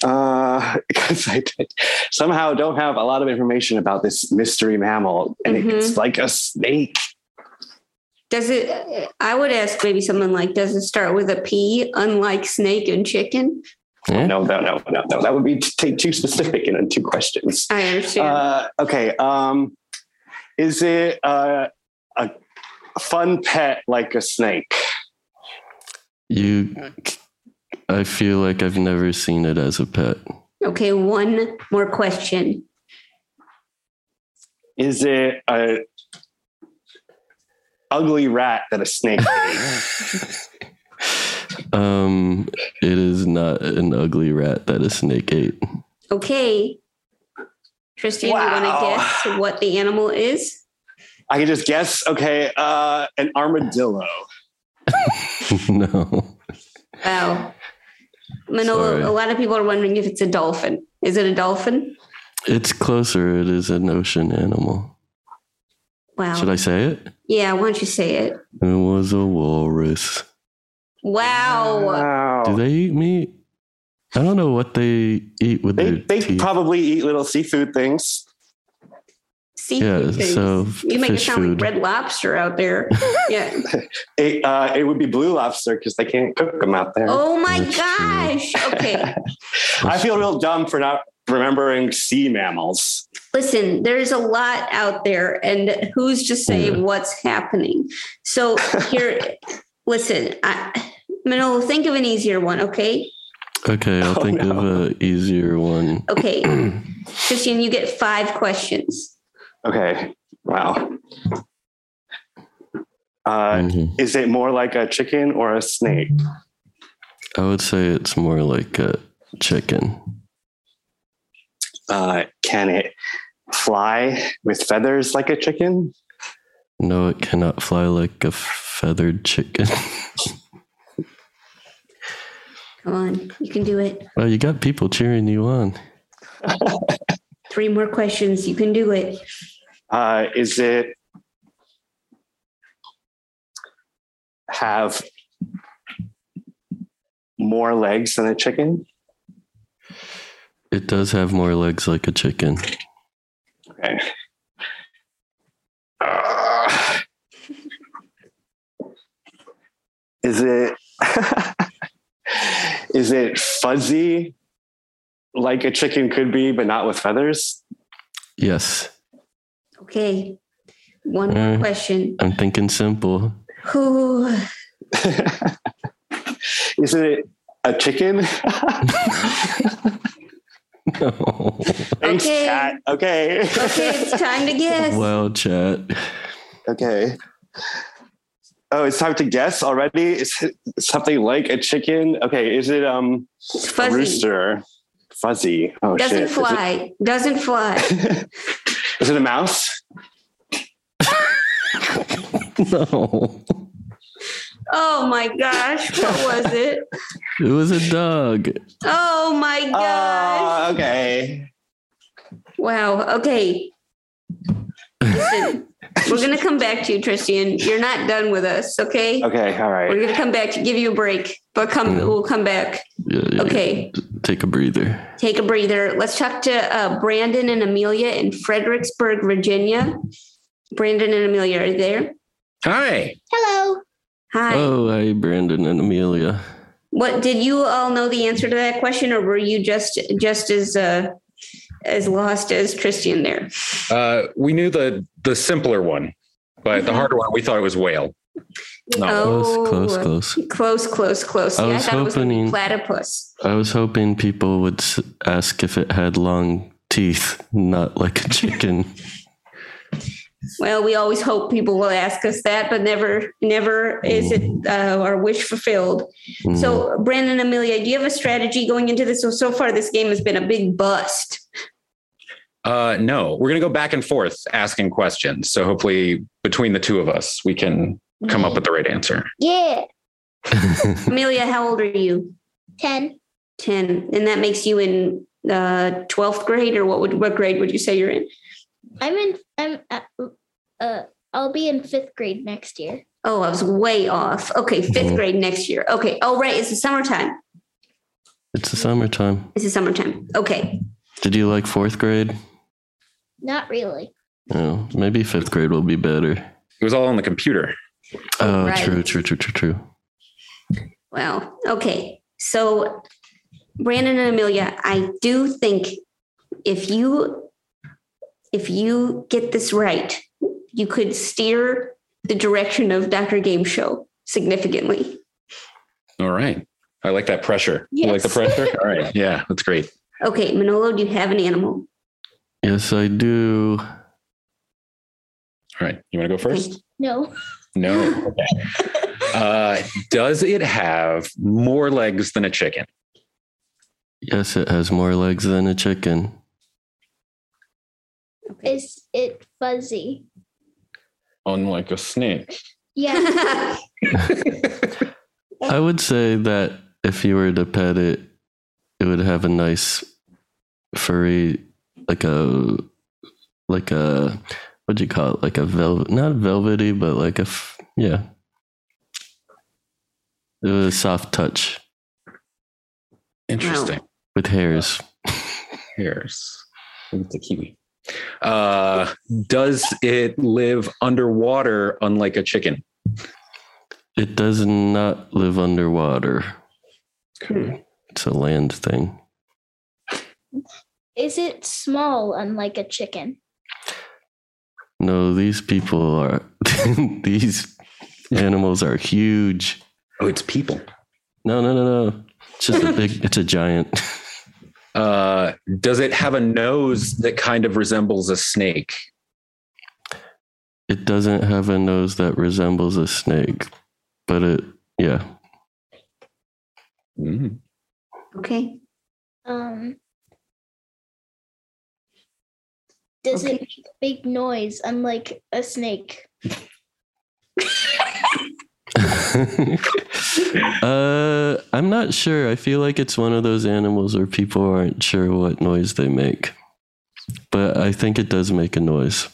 [SPEAKER 14] Uh, (laughs) because I did- somehow don't have a lot of information about this mystery mammal, and
[SPEAKER 2] Mhm.
[SPEAKER 14] it's like a snake.
[SPEAKER 2] Does it? I would ask maybe someone like, does it start with a P? Unlike snake and chicken.
[SPEAKER 14] No, no, no, no, no. That would be to take too specific and then two questions.
[SPEAKER 2] I understand.
[SPEAKER 14] Uh, okay. Um, is it uh, a fun pet like a snake?
[SPEAKER 1] You, I feel like I've never seen it as a pet.
[SPEAKER 2] Okay, one more question.
[SPEAKER 14] Is it a ugly rat that a snake? ate?
[SPEAKER 1] Um, it is not an ugly rat that a snake ate.
[SPEAKER 2] Okay, Tristan, you want to guess what the animal is?
[SPEAKER 14] I can just guess. Okay, uh, an armadillo.
[SPEAKER 1] (laughs) no,
[SPEAKER 2] Wow, Manolo.
[SPEAKER 1] Sorry.
[SPEAKER 2] A lot of people are wondering if it's a dolphin. Is it a dolphin?
[SPEAKER 1] it's closer. It is an ocean animal.
[SPEAKER 2] Wow.
[SPEAKER 1] Should I say it?
[SPEAKER 2] Yeah, why don't you say it?
[SPEAKER 1] It was a walrus.
[SPEAKER 2] Wow.
[SPEAKER 14] Oh.
[SPEAKER 1] Do they eat meat? I don't know what they eat with
[SPEAKER 14] They,
[SPEAKER 1] their
[SPEAKER 14] they
[SPEAKER 1] teeth.
[SPEAKER 14] probably eat little seafood things.
[SPEAKER 2] Seafood
[SPEAKER 14] Yeah,
[SPEAKER 2] things.
[SPEAKER 14] so
[SPEAKER 2] you make it
[SPEAKER 14] fish
[SPEAKER 2] sound
[SPEAKER 14] food.
[SPEAKER 2] like red lobster (laughs) out there. yeah.
[SPEAKER 14] It, uh, it would be blue lobster because they can't cook them out there.
[SPEAKER 2] Oh my gosh. Okay.
[SPEAKER 14] I feel real dumb for not remembering sea mammals.
[SPEAKER 2] Listen, there's a lot out there, and who's just saying what's happening? So
[SPEAKER 14] (laughs)
[SPEAKER 2] here, listen, I, Manolo, think of an easier one, okay?
[SPEAKER 1] Okay,
[SPEAKER 14] (laughs) Oh,
[SPEAKER 1] I'll think of a easier one.
[SPEAKER 2] Okay.
[SPEAKER 14] (clears throat)
[SPEAKER 2] Christian, you get five questions.
[SPEAKER 14] Okay. Wow. Uh,
[SPEAKER 1] Mm-hmm.
[SPEAKER 14] Is it more like a chicken or a snake?
[SPEAKER 1] I would say it's more like a chicken.
[SPEAKER 14] Uh, can it fly with feathers like a chicken?
[SPEAKER 1] No, it cannot fly like a feathered chicken. (laughs)
[SPEAKER 2] Come on, you can do it.
[SPEAKER 1] well, you got people cheering you on.
[SPEAKER 2] Three more questions. You can do it.
[SPEAKER 14] Uh, is it have more legs than a chicken?
[SPEAKER 1] It does have more legs like a chicken.
[SPEAKER 14] Okay. (sighs) Is it (laughs) is it fuzzy like a chicken could be, but not with feathers?
[SPEAKER 1] Yes.
[SPEAKER 2] Okay. One more
[SPEAKER 1] Uh,
[SPEAKER 2] question.
[SPEAKER 1] I'm thinking simple.
[SPEAKER 2] Who?
[SPEAKER 14] Is it a chicken? (laughs)
[SPEAKER 1] no.
[SPEAKER 14] Thanks, okay. Kat. Okay.
[SPEAKER 2] Okay, it's
[SPEAKER 14] (laughs)
[SPEAKER 2] time to guess.
[SPEAKER 1] Well, chat.
[SPEAKER 14] Okay. Oh, it's time to guess already. Is it something like a chicken? Okay, is it um a
[SPEAKER 2] fuzzy.
[SPEAKER 14] rooster? Fuzzy. Oh
[SPEAKER 2] (laughs) Doesn't
[SPEAKER 14] shit. Is it-
[SPEAKER 2] fly. Doesn't fly.
[SPEAKER 14] Is it a mouse?
[SPEAKER 1] no.
[SPEAKER 2] Oh my gosh. What was it?
[SPEAKER 1] It was a dog.
[SPEAKER 14] (laughs)
[SPEAKER 2] Oh my gosh.
[SPEAKER 14] Uh, okay.
[SPEAKER 2] Wow. Okay. Listen, we're going to come back to you, Tristan. You're not done with us, okay?
[SPEAKER 14] Okay, all right.
[SPEAKER 2] We're going to come back to give you a break, but come we'll come back.
[SPEAKER 1] Yeah, yeah, yeah.
[SPEAKER 2] Okay.
[SPEAKER 1] Take a breather.
[SPEAKER 2] Take a breather. Let's talk to uh, Brandon and Amelia in Fredericksburg, Virginia. Brandon and Amelia are there.
[SPEAKER 1] Hi.
[SPEAKER 2] Hello. Hi.
[SPEAKER 1] Oh, hi, Brandon and Amelia.
[SPEAKER 2] What did you all know the answer to that question, or were you just just as uh, as lost as Christian there?
[SPEAKER 15] Uh, we knew the the simpler one, but the harder one we thought it was whale.
[SPEAKER 2] Oh,
[SPEAKER 1] Close, close, close.
[SPEAKER 2] close, close, close.
[SPEAKER 1] I
[SPEAKER 2] yeah, I
[SPEAKER 1] was
[SPEAKER 2] thought it was gonna be
[SPEAKER 1] hoping-
[SPEAKER 2] platypus.
[SPEAKER 1] I was hoping people would s- ask if it had long teeth, not like a chicken.
[SPEAKER 14] (laughs)
[SPEAKER 2] Well, we always hope people will ask us that, but never, never is it uh, our wish fulfilled. So, Brandon, Amelia, do you have a strategy going into this? So, so far, this game has been a big bust.
[SPEAKER 15] Uh, no, we're gonna go back and forth asking questions. So hopefully, between the two of us, we can come up with the right answer.
[SPEAKER 2] Yeah. Amelia, how old are you? 10. 10. And that makes you in uh, 12th grade, or what would what grade would you say you're in?
[SPEAKER 16] I'm in. I'm. At, uh, I'll be in fifth grade next year.
[SPEAKER 2] Oh, I was way off. Okay, 5th grade next year. Okay. Oh, right. It's the summertime.
[SPEAKER 1] It's the summertime.
[SPEAKER 2] It's the summertime. Okay.
[SPEAKER 1] Did you like fourth grade?
[SPEAKER 16] Not really.
[SPEAKER 1] No, maybe fifth grade will be better. It
[SPEAKER 15] was all on the computer.
[SPEAKER 1] Oh,
[SPEAKER 2] Right.
[SPEAKER 1] true, true, true, true, true.
[SPEAKER 2] Wow. Okay. So, Brandon and Amelia, I do think if you if you get this right, you could steer the direction of Dr. Game Show significantly.
[SPEAKER 15] All right, I like that pressure. You like the
[SPEAKER 2] Yes.
[SPEAKER 15] pressure? All right, yeah, that's great.
[SPEAKER 2] Okay, Manolo, do you have an animal?
[SPEAKER 1] Yes, I do. All
[SPEAKER 15] right, you want to go first?
[SPEAKER 16] No.
[SPEAKER 15] No. Okay. Uh, does it have more legs than a chicken?
[SPEAKER 1] Yes, it has more legs than a chicken.
[SPEAKER 16] Is it fuzzy?
[SPEAKER 15] Unlike a snake.
[SPEAKER 2] (laughs)
[SPEAKER 16] Yeah.
[SPEAKER 1] I would say that if you were to pet it, it would have a nice furry, like a, like a, what do you call it? Like a velvet, not velvety, but like a, f- yeah. It was a soft touch.
[SPEAKER 15] Interesting.
[SPEAKER 1] With hairs.
[SPEAKER 15] Hairs. It's a kiwi. Uh, does it live underwater unlike a chicken?
[SPEAKER 1] It does not live underwater. It's a land thing.
[SPEAKER 16] Is it small, unlike a chicken?
[SPEAKER 1] No, these people are (laughs) these animals are huge.
[SPEAKER 15] Oh, it's people.
[SPEAKER 1] No, no, no, no. It's just a big it's a giant.
[SPEAKER 15] Uh, does it have a nose that kind of resembles a snake?
[SPEAKER 1] It doesn't have a nose that resembles a snake, but it yeah.
[SPEAKER 7] Mm-hmm.
[SPEAKER 2] Okay.
[SPEAKER 16] Um. Does it make a big noise, unlike a snake?
[SPEAKER 1] uh I'm not sure. I feel like it's one of those animals where people aren't sure what noise they make. But I think it does make a noise.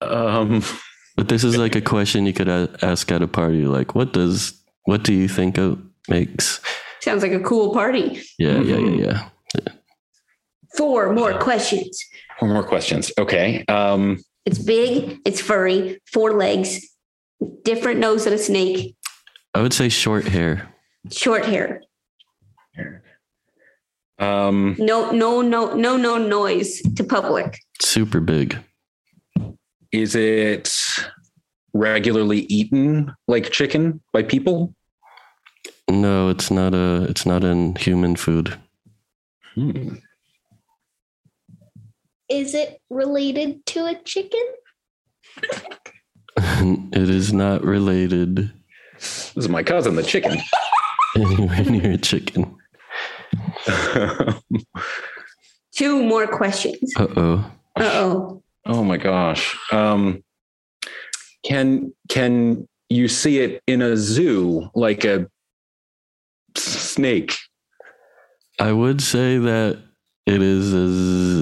[SPEAKER 15] Um
[SPEAKER 1] But this is like a question you could a- ask at a party like what does what do you think it makes?
[SPEAKER 2] Sounds like a cool party.
[SPEAKER 1] Yeah, yeah,
[SPEAKER 15] Mm-hmm.
[SPEAKER 1] yeah, yeah.
[SPEAKER 2] Four more questions.
[SPEAKER 15] Four more questions. Okay. Um,
[SPEAKER 2] It's big, it's furry, four legs, different nose than a snake,
[SPEAKER 1] I would say short hair.
[SPEAKER 2] short hair.
[SPEAKER 15] um,
[SPEAKER 2] No, no, no, no, no noise to public.
[SPEAKER 1] super big.
[SPEAKER 15] Is it regularly eaten like chicken by people?
[SPEAKER 1] No, it's not a it's not in human food.
[SPEAKER 15] Hmm.
[SPEAKER 16] Is it related to a chicken?
[SPEAKER 1] (laughs) it is not related.
[SPEAKER 15] This is my cousin, the
[SPEAKER 1] (laughs)
[SPEAKER 15] chicken.
[SPEAKER 1] Anywhere (laughs) near a chicken.
[SPEAKER 15] uh
[SPEAKER 2] Two more questions.
[SPEAKER 1] oh.
[SPEAKER 2] Uh oh.
[SPEAKER 15] Oh my gosh. Um, can can you see it in a zoo like a s- snake?
[SPEAKER 1] I would say that it is a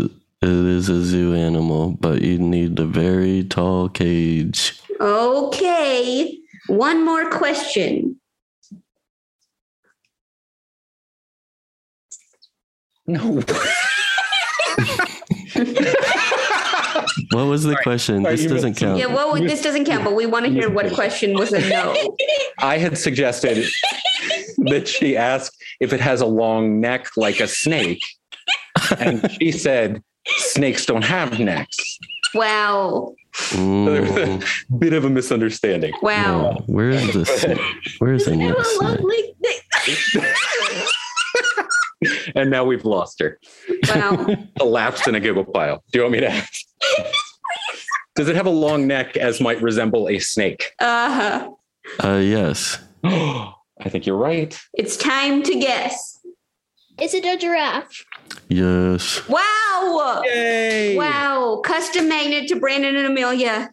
[SPEAKER 1] z- it is a zoo animal, but you need a very tall cage.
[SPEAKER 2] Okay. One more question. (laughs)
[SPEAKER 15] No.
[SPEAKER 1] What was the question?
[SPEAKER 15] Sorry,
[SPEAKER 1] this
[SPEAKER 15] you missed
[SPEAKER 1] doesn't count.
[SPEAKER 2] Yeah, well, this doesn't count, but we want to hear what question was
[SPEAKER 15] (laughs)
[SPEAKER 2] a no.
[SPEAKER 15] I had
[SPEAKER 1] (laughs)
[SPEAKER 15] suggested that she ask if it has a long neck like a snake. And she said, snakes don't have necks.
[SPEAKER 2] Wow.
[SPEAKER 15] So there was a (laughs) bit of a misunderstanding.
[SPEAKER 2] Wow.
[SPEAKER 1] Where is this? Where is the next?
[SPEAKER 2] Lovely. (laughs)
[SPEAKER 15] And now we've lost her.
[SPEAKER 2] Wow.
[SPEAKER 15] Elapsed in a Google pile. Do you want me to ask? Does it have a long neck as might resemble a snake?
[SPEAKER 2] Uh-huh.
[SPEAKER 1] Uh, yes.
[SPEAKER 15] (gasps) I think you're right.
[SPEAKER 2] It's time to guess.
[SPEAKER 16] Is it a giraffe?
[SPEAKER 1] Yes.
[SPEAKER 2] Wow.
[SPEAKER 15] Yay.
[SPEAKER 2] Wow. Custom magnet to Brandon and Amelia.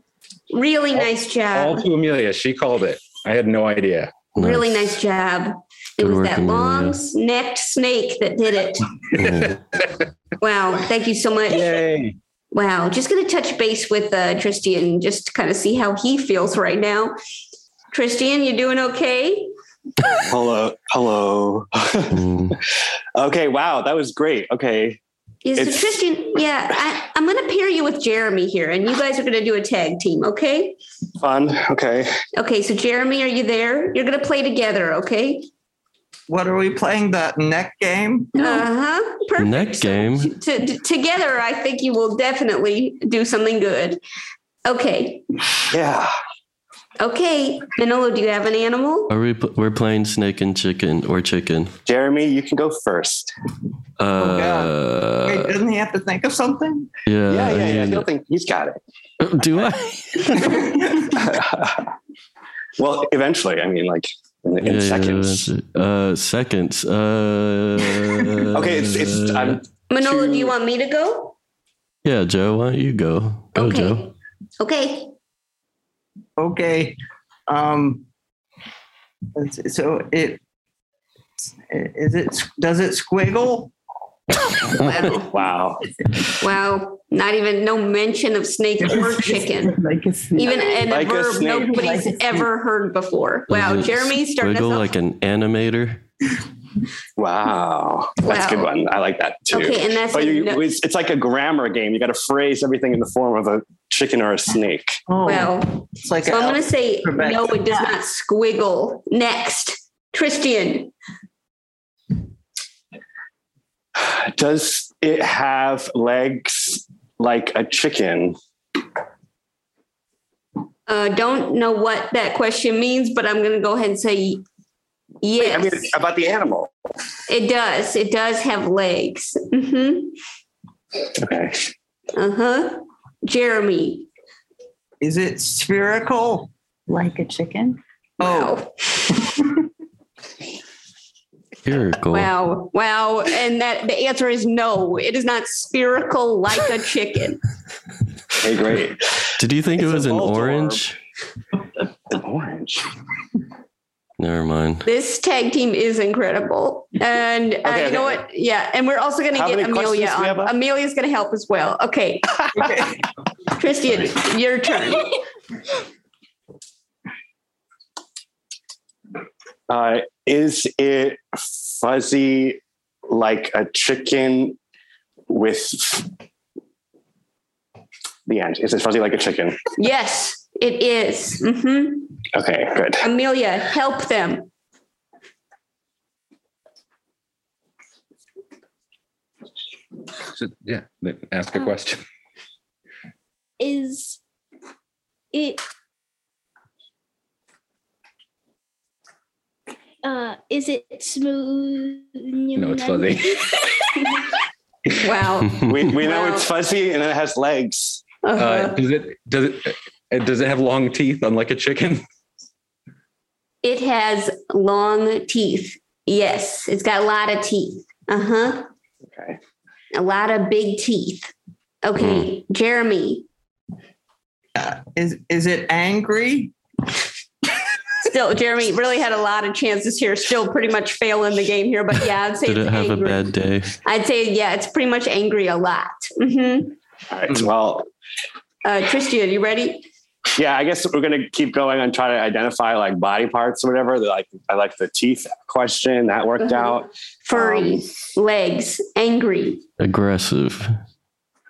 [SPEAKER 2] Really nice
[SPEAKER 15] All
[SPEAKER 2] job.
[SPEAKER 15] to Amelia. She called it. I had no idea.
[SPEAKER 2] Really nice job. It
[SPEAKER 15] Good
[SPEAKER 2] was
[SPEAKER 15] work,
[SPEAKER 2] that
[SPEAKER 15] Amelia.
[SPEAKER 2] long necked snake that did it. Wow. Thank you so much.
[SPEAKER 15] Yay.
[SPEAKER 2] Wow. Just going to touch base with uh, Tristian just to kind of see how he feels right now. Tristian, you doing okay?
[SPEAKER 14] hello, hello.
[SPEAKER 1] Mm-hmm.
[SPEAKER 14] (laughs) okay, wow, that was great. Okay,
[SPEAKER 2] Yeah, so
[SPEAKER 14] It's-
[SPEAKER 2] Tristian, yeah, I, I'm going to pair you with Jeremy here, and you guys are going to do a tag team, okay?
[SPEAKER 14] fun. Okay,
[SPEAKER 2] Okay, so Jeremy, are you there? You're going to play together, okay?
[SPEAKER 7] What are we playing? That neck game?
[SPEAKER 2] Uh huh. Perfect.
[SPEAKER 1] Neck game.
[SPEAKER 2] To, to- together, I think you will definitely do something good. Okay.
[SPEAKER 14] Yeah.
[SPEAKER 2] Okay, Manolo, do you have an animal?
[SPEAKER 1] Are we? pl- We're playing snake and chicken or chicken.
[SPEAKER 14] Jeremy, you can go first.
[SPEAKER 1] Uh,
[SPEAKER 7] Wait, doesn't he have to think of something?
[SPEAKER 14] yeah,
[SPEAKER 1] yeah. I
[SPEAKER 14] yeah, yeah.
[SPEAKER 1] mean- Uh,
[SPEAKER 14] He'll think he's got it.
[SPEAKER 1] Do I?
[SPEAKER 14] (laughs) Well, eventually, I mean, like in, in
[SPEAKER 1] Yeah, yeah,
[SPEAKER 14] seconds.
[SPEAKER 1] that's it. uh, seconds. Uh,
[SPEAKER 14] (laughs) Okay, it's it's. I'm,
[SPEAKER 2] Manolo, do you want me to go?
[SPEAKER 1] yeah, Joe. Why don't you go? Go,
[SPEAKER 2] Okay.
[SPEAKER 1] Joe.
[SPEAKER 2] Okay.
[SPEAKER 7] okay. Um, let's- so it is it does it
[SPEAKER 1] (laughs)
[SPEAKER 7] squiggle? (laughs)
[SPEAKER 14] wow.
[SPEAKER 2] Wow. Not even no mention of snake or chicken. Even in
[SPEAKER 1] Like
[SPEAKER 2] a
[SPEAKER 1] a
[SPEAKER 2] verb
[SPEAKER 1] snake.
[SPEAKER 2] nobody's ever heard before. Wow,
[SPEAKER 1] Does it
[SPEAKER 2] Jeremy's starting us
[SPEAKER 1] squiggle
[SPEAKER 2] off.
[SPEAKER 1] like an animator.
[SPEAKER 14] Wow, that's a good
[SPEAKER 2] Wow.
[SPEAKER 14] one. I like that too.
[SPEAKER 2] Okay, and that's
[SPEAKER 14] but
[SPEAKER 2] a
[SPEAKER 14] you,
[SPEAKER 2] no-
[SPEAKER 14] it's, it's like a grammar game. You got to phrase everything in the form of a chicken or a snake.
[SPEAKER 2] Well,
[SPEAKER 7] it's like
[SPEAKER 2] so I'm going to say
[SPEAKER 14] alphabet.
[SPEAKER 2] no. It does not squiggle. Next, Tristian.
[SPEAKER 14] Does it have legs like a chicken?
[SPEAKER 2] Uh, don't know what that question means, but I'm going to go ahead and say yes.
[SPEAKER 14] I mean, about the animal.
[SPEAKER 2] it does. It does have legs. (laughs) Mm-hmm.
[SPEAKER 14] Okay.
[SPEAKER 2] Uh huh. Jeremy.
[SPEAKER 7] Is it spherical?
[SPEAKER 6] Like a chicken?
[SPEAKER 2] Oh.
[SPEAKER 1] Miracle.
[SPEAKER 2] Wow. Wow. And that the answer is no. It is not spherical like a chicken.
[SPEAKER 14] Hey, great.
[SPEAKER 1] Did you think it was an orange?
[SPEAKER 14] An orange.
[SPEAKER 1] Never mind.
[SPEAKER 2] This tag team is incredible. And uh,
[SPEAKER 1] Okay,
[SPEAKER 2] you know
[SPEAKER 1] okay.
[SPEAKER 2] what? Yeah. And we're also going to
[SPEAKER 1] How
[SPEAKER 2] get
[SPEAKER 1] many questions
[SPEAKER 2] Amelia
[SPEAKER 1] do we have
[SPEAKER 2] on.
[SPEAKER 1] left?
[SPEAKER 2] Amelia's going to help as well.
[SPEAKER 1] (laughs)
[SPEAKER 2] Okay. Christian, your turn.
[SPEAKER 14] Uh, is it fuzzy like a chicken with the end? Is it fuzzy like a chicken?
[SPEAKER 2] Yes, it is. Mhm.
[SPEAKER 14] Okay, good.
[SPEAKER 2] Amelia, help them.
[SPEAKER 15] So, yeah, ask a question.
[SPEAKER 16] Is it uh is it smooth? No,
[SPEAKER 14] it's fuzzy.
[SPEAKER 16] (laughs)
[SPEAKER 2] Wow.
[SPEAKER 14] we we
[SPEAKER 2] Wow.
[SPEAKER 14] know it's fuzzy and it has legs.
[SPEAKER 15] Uh, does it does it uh, does it have long teeth unlike a chicken?
[SPEAKER 2] It has long teeth. Yes, it's got a lot of teeth. Uh huh.
[SPEAKER 14] Okay.
[SPEAKER 2] A lot of big teeth. Okay,
[SPEAKER 1] Hmm.
[SPEAKER 2] Jeremy.
[SPEAKER 1] Uh,
[SPEAKER 7] Is is it
[SPEAKER 1] (laughs)
[SPEAKER 7] angry?
[SPEAKER 2] Still, Jeremy really had a lot of chances here. Still, pretty much failing the game here. But yeah, I'd say
[SPEAKER 1] Did
[SPEAKER 2] it's
[SPEAKER 1] it have
[SPEAKER 2] angry.
[SPEAKER 1] a bad day?
[SPEAKER 2] I'd say yeah, it's pretty much angry a lot. Mm-hmm.
[SPEAKER 14] All right. Well,
[SPEAKER 2] Uh, Christian, you ready?
[SPEAKER 14] yeah, I guess we're gonna keep going and try to identify like body parts or whatever. Like I like the teeth question that worked
[SPEAKER 2] Uh-huh.
[SPEAKER 14] out. Um,
[SPEAKER 2] Furry legs, angry.
[SPEAKER 1] Aggressive.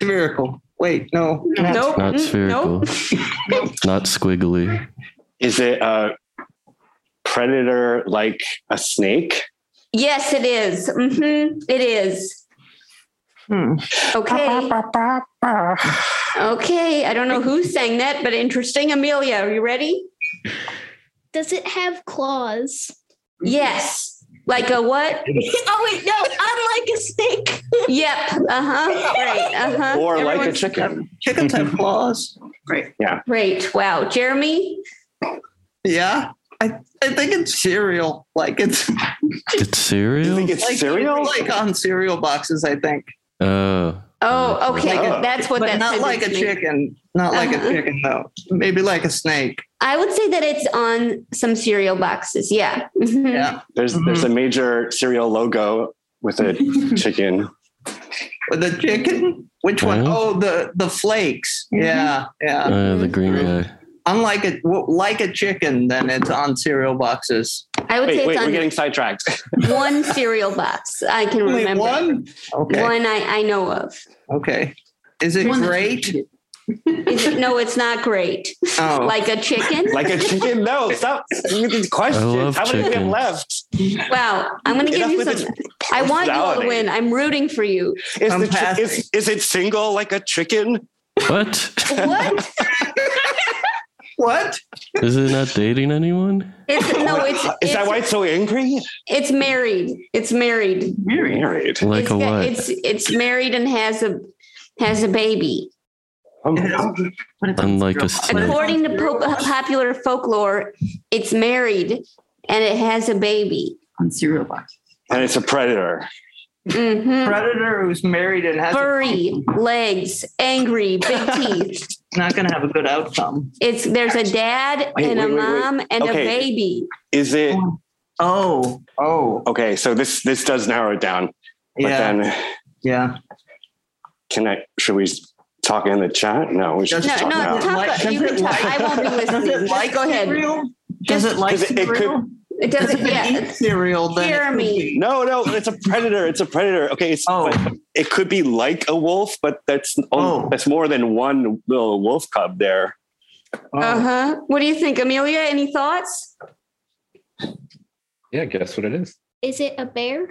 [SPEAKER 7] Miracle. Wait, no. Not,
[SPEAKER 1] It's
[SPEAKER 2] Mm-hmm.
[SPEAKER 1] not
[SPEAKER 2] (laughs)
[SPEAKER 1] spherical. not squiggly.
[SPEAKER 14] Is it a predator like a snake?
[SPEAKER 2] Yes, it is. Mhm, It is.
[SPEAKER 7] Hmm.
[SPEAKER 2] Okay. Okay. I don't know who sang that, but interesting. Amelia, are you ready?
[SPEAKER 16] Does it have claws?
[SPEAKER 2] Yes. Like a what?
[SPEAKER 16] (laughs) oh wait, no, unlike a snake.
[SPEAKER 2] Yep. Uh huh. (laughs) Right. Uh
[SPEAKER 7] uh-huh.
[SPEAKER 2] huh.
[SPEAKER 14] Or like a chicken?
[SPEAKER 7] Chickens
[SPEAKER 2] (laughs)
[SPEAKER 7] have claws.
[SPEAKER 14] Right. Yeah.
[SPEAKER 2] Great. Wow. Jeremy?
[SPEAKER 7] Yeah. I, I think it's cereal. Like it's
[SPEAKER 1] (laughs) It's cereal?
[SPEAKER 7] like, cereal? Like on cereal boxes, I think.
[SPEAKER 1] Oh.
[SPEAKER 2] Oh, okay.
[SPEAKER 7] Like a-
[SPEAKER 2] That's what
[SPEAKER 7] but
[SPEAKER 2] that
[SPEAKER 7] not
[SPEAKER 2] sentence
[SPEAKER 7] like a
[SPEAKER 2] means.
[SPEAKER 7] chicken. Not like
[SPEAKER 2] Uh-huh.
[SPEAKER 7] a chicken though. Maybe like a snake.
[SPEAKER 2] I would say that it's on some cereal boxes. Yeah. Mhm.
[SPEAKER 7] Yeah.
[SPEAKER 14] There's there's
[SPEAKER 7] Mm-hmm.
[SPEAKER 14] a major cereal logo with
[SPEAKER 7] (laughs)
[SPEAKER 14] a chicken.
[SPEAKER 7] With a chicken? Which one? Oh, the the flakes.
[SPEAKER 2] Mm-hmm.
[SPEAKER 7] Yeah. Yeah.
[SPEAKER 1] Uh, the green guy.
[SPEAKER 7] Unlike a w- like a chicken, then it's on cereal boxes.
[SPEAKER 2] I would Wait, say it's wait, we're on- getting
[SPEAKER 14] sidetracked.
[SPEAKER 2] One cereal box I can
[SPEAKER 7] Only
[SPEAKER 2] remember.
[SPEAKER 7] one? (laughs) Okay.
[SPEAKER 2] One I, I know of.
[SPEAKER 7] Okay. Is it
[SPEAKER 2] One-
[SPEAKER 7] great?
[SPEAKER 2] It's, no, it's not great.
[SPEAKER 7] Oh.
[SPEAKER 2] (laughs) Like a chicken.
[SPEAKER 14] Like a chicken? No, stop with these questions.
[SPEAKER 1] love
[SPEAKER 14] How many do we have
[SPEAKER 1] chicken.
[SPEAKER 14] left?
[SPEAKER 2] Wow, I'm going to give
[SPEAKER 14] Enough
[SPEAKER 2] you
[SPEAKER 14] with
[SPEAKER 2] some. I want you all to
[SPEAKER 14] personality.
[SPEAKER 2] win. I'm rooting for you.
[SPEAKER 14] Is, the chi- is, is it single like a chicken?
[SPEAKER 1] What?
[SPEAKER 14] (laughs)
[SPEAKER 2] what?
[SPEAKER 7] what?
[SPEAKER 1] Is it not dating anyone?
[SPEAKER 2] It's no. It's
[SPEAKER 14] Is that
[SPEAKER 2] it's-
[SPEAKER 14] why it's so angry?
[SPEAKER 2] It's married. It's married.
[SPEAKER 14] Married.
[SPEAKER 1] Like
[SPEAKER 2] It's got-
[SPEAKER 1] a what?
[SPEAKER 2] It's it's married and has a has a baby.
[SPEAKER 1] Unlike a snake.
[SPEAKER 2] According to po- popular folklore, it's married and it has a baby.
[SPEAKER 6] on cereal box.
[SPEAKER 14] And it's a predator.
[SPEAKER 2] Mhm.
[SPEAKER 7] Predator who's married and has
[SPEAKER 2] Furry legs, angry, big teeth.
[SPEAKER 7] not going to have a good outcome.
[SPEAKER 2] It's there's a dad
[SPEAKER 14] Wait,
[SPEAKER 2] and a
[SPEAKER 14] wait, wait, wait.
[SPEAKER 2] mom and
[SPEAKER 14] Okay.
[SPEAKER 2] a baby.
[SPEAKER 14] Is it?
[SPEAKER 7] Oh, oh.
[SPEAKER 14] Okay, so this this does narrow it down. But
[SPEAKER 7] Yeah.
[SPEAKER 14] then,
[SPEAKER 7] yeah.
[SPEAKER 14] Can I? Should we talk in the chat? No, we should
[SPEAKER 7] Does-
[SPEAKER 14] talk
[SPEAKER 7] No, no,
[SPEAKER 14] now.
[SPEAKER 7] talk- Like-
[SPEAKER 2] you can
[SPEAKER 7] does it
[SPEAKER 2] talk. I won't be
[SPEAKER 7] like-
[SPEAKER 2] listening.
[SPEAKER 7] (laughs) does it
[SPEAKER 2] Just
[SPEAKER 7] like
[SPEAKER 2] go ahead.
[SPEAKER 7] Does it like
[SPEAKER 14] Because it could-
[SPEAKER 7] cereal?
[SPEAKER 2] It doesn't.
[SPEAKER 7] If
[SPEAKER 2] Yeah.
[SPEAKER 7] eats cereal, then it could
[SPEAKER 2] Jeremy.
[SPEAKER 7] be-
[SPEAKER 14] No, no, it's a predator. It's a predator. Okay, it's but it could be like a wolf, but that's oh, that's more than one little wolf cub there. Oh.
[SPEAKER 2] Uh huh. What do you think, Amelia? Any thoughts?
[SPEAKER 15] Yeah, guess what it is.
[SPEAKER 2] Is it a bear?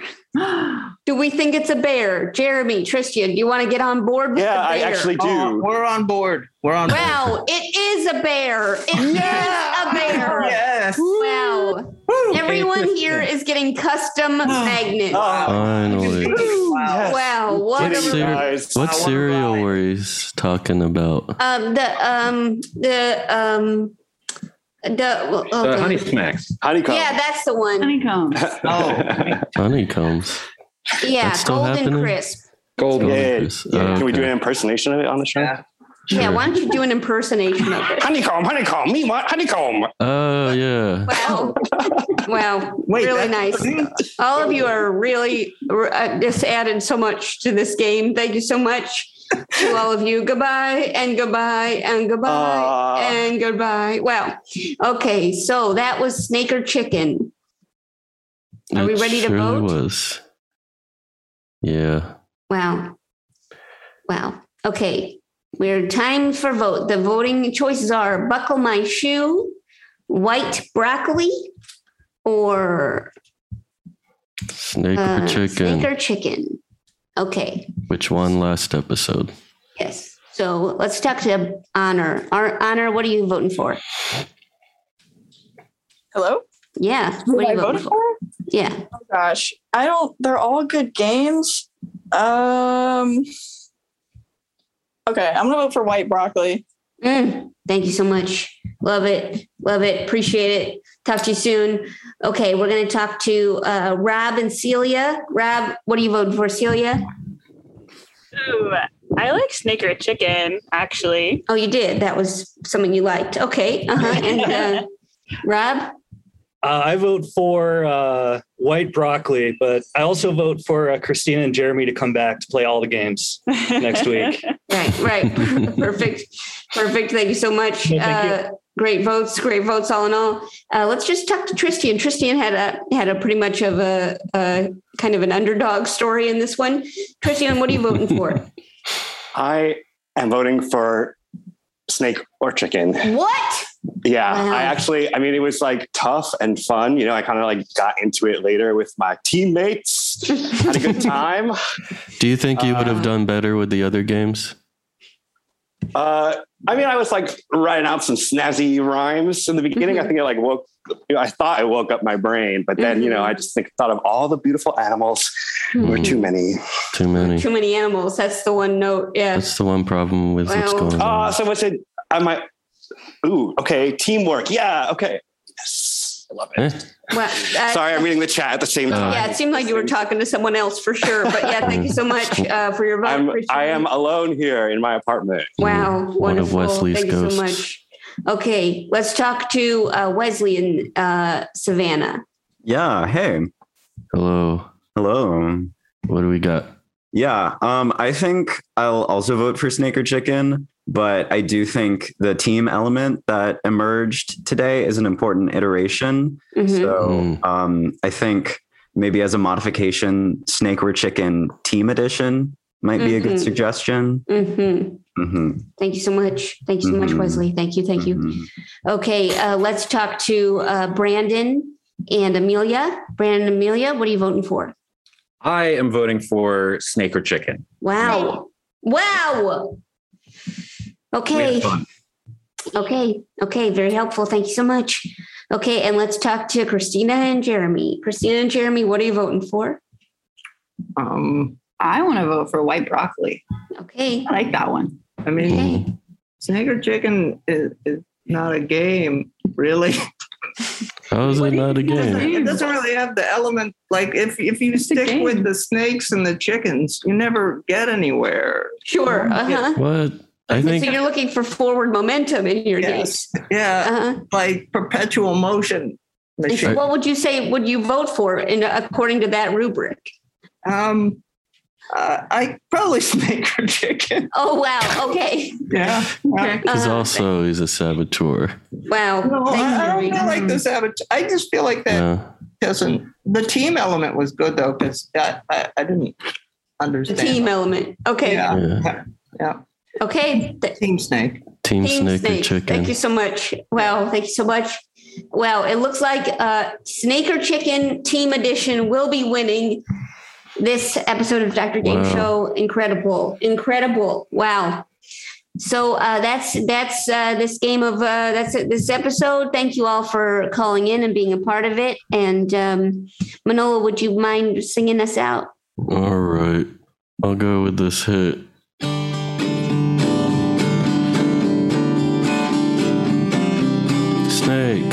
[SPEAKER 2] (gasps) do we think it's a bear? Jeremy, Tristan, do you want to get on board with
[SPEAKER 14] Yeah,
[SPEAKER 2] the
[SPEAKER 14] I
[SPEAKER 2] bear?
[SPEAKER 14] actually do.
[SPEAKER 7] Oh, we're on board. We're on.
[SPEAKER 2] Wow, it is a bear. It is a bear.
[SPEAKER 7] Yes.
[SPEAKER 2] Wow. Everyone
[SPEAKER 7] Interesting.
[SPEAKER 2] here is getting custom magnets.
[SPEAKER 1] Finally.
[SPEAKER 2] Wow. Wow. What
[SPEAKER 1] What,
[SPEAKER 2] a
[SPEAKER 1] cere- what cereal were you talking about?
[SPEAKER 2] um the um the um the well, oh, God.
[SPEAKER 15] Smacks.
[SPEAKER 14] Honeycomb.
[SPEAKER 2] Yeah, that's the one. Honeycomb.
[SPEAKER 1] (laughs) Honeycombs.
[SPEAKER 2] Yeah,
[SPEAKER 1] That's still
[SPEAKER 2] golden
[SPEAKER 1] happening?
[SPEAKER 2] crisp.
[SPEAKER 15] Golden.
[SPEAKER 14] Yeah, yeah,
[SPEAKER 1] Chris.
[SPEAKER 14] yeah.
[SPEAKER 1] Oh,
[SPEAKER 14] Can we do
[SPEAKER 1] okay.
[SPEAKER 14] an impersonation of it on the show?
[SPEAKER 2] Yeah, why don't you do an impersonation of it?
[SPEAKER 14] Honeycomb, honeycomb, me want honeycomb.
[SPEAKER 1] Oh, yeah.
[SPEAKER 2] Wow. wow. really nice. All of you are really uh, just added so much to this game. Thank you so much to all of you. Goodbye and goodbye and goodbye and goodbye. Wow. Okay. So that was Snake or Chicken. Are we
[SPEAKER 1] It
[SPEAKER 2] ready to
[SPEAKER 1] surely
[SPEAKER 2] vote?
[SPEAKER 1] was. Yeah.
[SPEAKER 2] Wow. Wow. Okay. We're time for vote. The voting choices are buckle my shoe, white broccoli, or
[SPEAKER 1] Snake
[SPEAKER 2] uh,
[SPEAKER 1] or chicken?
[SPEAKER 2] snake or chicken. Okay.
[SPEAKER 1] Which one last episode?
[SPEAKER 2] Yes. So let's talk to Honor. Our Honor, what are you voting for?
[SPEAKER 8] Hello?
[SPEAKER 2] Yeah.
[SPEAKER 8] Who
[SPEAKER 2] What are
[SPEAKER 8] I
[SPEAKER 2] you voting
[SPEAKER 8] voted
[SPEAKER 2] for?
[SPEAKER 8] for?
[SPEAKER 2] Yeah.
[SPEAKER 8] Oh gosh. I don't they're all good games. Um Okay, I'm gonna vote for white broccoli.
[SPEAKER 2] Mm, thank you so much. Love it. Love it. Appreciate it. Talk to you soon. Okay, we're going to talk to uh, Rob and Celia. Rob, what are you voting for, Celia?
[SPEAKER 4] Ooh, I like snake or chicken, actually.
[SPEAKER 2] Oh, you did. That was something you liked. Okay. Uh-huh. And
[SPEAKER 4] (laughs)
[SPEAKER 2] uh, Rob?
[SPEAKER 3] Uh, I vote for uh, white broccoli, but I also vote for uh, Christina and Jeremy to come back to play all the
[SPEAKER 4] (laughs)
[SPEAKER 3] games next week.
[SPEAKER 14] (laughs)
[SPEAKER 2] Right, right. Perfect. Perfect. Thank you so much. uh, Great votes, great votes, all in all. Uh, let's just talk to Tristian. Tristian had a had a pretty much of a, a
[SPEAKER 14] (laughs)
[SPEAKER 2] kind of an underdog story in this one. Tristian, what are you voting for?
[SPEAKER 14] I I'm voting for snake or chicken.
[SPEAKER 2] What?
[SPEAKER 14] Yeah,
[SPEAKER 2] Wow.
[SPEAKER 14] I actually, I mean, it was like tough and fun. You know, I kind of like got into it later with my teammates, had a
[SPEAKER 2] (laughs)
[SPEAKER 14] good time.
[SPEAKER 1] Do you think you would have done better with the other games?
[SPEAKER 14] Uh, I mean, I was like writing out some snazzy rhymes in the beginning.
[SPEAKER 17] Mm-hmm.
[SPEAKER 14] I think I like woke. I thought I woke up my brain, but then you know,
[SPEAKER 17] Mm-hmm.
[SPEAKER 14] I just think thought of all the beautiful animals. There were
[SPEAKER 17] Hmm.
[SPEAKER 14] too many.
[SPEAKER 1] Too many.
[SPEAKER 2] Too many animals. That's the one note. Yeah.
[SPEAKER 1] That's the one problem with what's
[SPEAKER 2] Well,
[SPEAKER 1] going on.
[SPEAKER 14] Ah, so what's it? I might. Ooh, okay, teamwork. Yeah, okay.
[SPEAKER 2] Well, uh,
[SPEAKER 14] Sorry, I'm reading the chat at the same time.
[SPEAKER 2] yeah, it seemed like you were talking to someone else for sure. But yeah, thank you
[SPEAKER 14] (laughs)
[SPEAKER 2] so much uh, for your vote.
[SPEAKER 14] I'm,
[SPEAKER 2] Christian.
[SPEAKER 14] I am alone here in my apartment.
[SPEAKER 2] Wow, wonderful.
[SPEAKER 14] One of Wesley's
[SPEAKER 2] Thank you
[SPEAKER 14] ghosts.
[SPEAKER 2] so much. Okay, let's talk to uh, Wesley and uh, Savannah.
[SPEAKER 5] Yeah. Hey.
[SPEAKER 1] Hello.
[SPEAKER 5] Hello.
[SPEAKER 1] What do we got?
[SPEAKER 5] Yeah. Um, I think I'll also vote for Snake or Chicken, but I do think the team element that emerged today is an important iteration.
[SPEAKER 2] Mhm.
[SPEAKER 1] Hmm.
[SPEAKER 5] So um, I think maybe as a modification, Snake or Chicken Team Edition might be a
[SPEAKER 2] Mhm.
[SPEAKER 5] good suggestion.
[SPEAKER 2] hmm
[SPEAKER 5] hmm
[SPEAKER 2] Thank you so much. Thank you so much,
[SPEAKER 5] Mhm.
[SPEAKER 2] Wesley. Thank you. Thank you. Okay, uh, let's talk to uh, Brandon and Amelia. Brandon and Amelia, what are you voting for?
[SPEAKER 18] I am voting for snake or chicken.
[SPEAKER 2] Wow. Wow. Okay. Okay. Okay. Very helpful. Thank you so much. Okay. And let's talk to Christina and Jeremy. Christina and Jeremy, what are you voting for?
[SPEAKER 7] Um,
[SPEAKER 6] I want to vote for white broccoli.
[SPEAKER 2] Okay.
[SPEAKER 6] I like that one.
[SPEAKER 7] I mean, snake or chicken is, is not a game, really.
[SPEAKER 1] How is it not a
[SPEAKER 7] It
[SPEAKER 1] game?
[SPEAKER 7] doesn't really have the element like if if you stick with the snakes and the chickens, you never get anywhere.
[SPEAKER 2] Sure. Uh-huh.
[SPEAKER 1] What? I
[SPEAKER 2] so
[SPEAKER 1] think
[SPEAKER 2] you're looking for forward momentum in your
[SPEAKER 7] Yes.
[SPEAKER 2] game.
[SPEAKER 7] Yeah,
[SPEAKER 2] Uh-huh.
[SPEAKER 7] like perpetual motion machine.
[SPEAKER 2] What would you say would you vote for in, according to that rubric?
[SPEAKER 7] Um, uh, I probably (laughs) snake or chicken.
[SPEAKER 2] Oh, wow. Okay. Uh,
[SPEAKER 7] Yeah. Okay.
[SPEAKER 1] because also he's a saboteur.
[SPEAKER 2] Wow.
[SPEAKER 7] No, I, I don't feel like this avatar. I just feel like that
[SPEAKER 1] Yeah.
[SPEAKER 7] doesn't. The team element was good though, because I, I, I didn't
[SPEAKER 2] The
[SPEAKER 7] understand.
[SPEAKER 2] team element. Okay.
[SPEAKER 7] Yeah.
[SPEAKER 1] Yeah.
[SPEAKER 7] Yeah.
[SPEAKER 2] Okay. Th-
[SPEAKER 7] Team snake.
[SPEAKER 1] Team, snake, or chicken.
[SPEAKER 2] Thank you so much. Wow, thank you so much. Wow, it looks like uh, Snake or Chicken Team Edition will be winning this episode of Dr. Game
[SPEAKER 19] Wow.
[SPEAKER 2] Show. Incredible, incredible. Wow. So uh, that's that's uh, this game of uh, that's it, this episode. Thank you all for calling in and being a part of it. And um, Manola, would you mind singing us out?
[SPEAKER 1] All right. I'll go with this hit. Snake.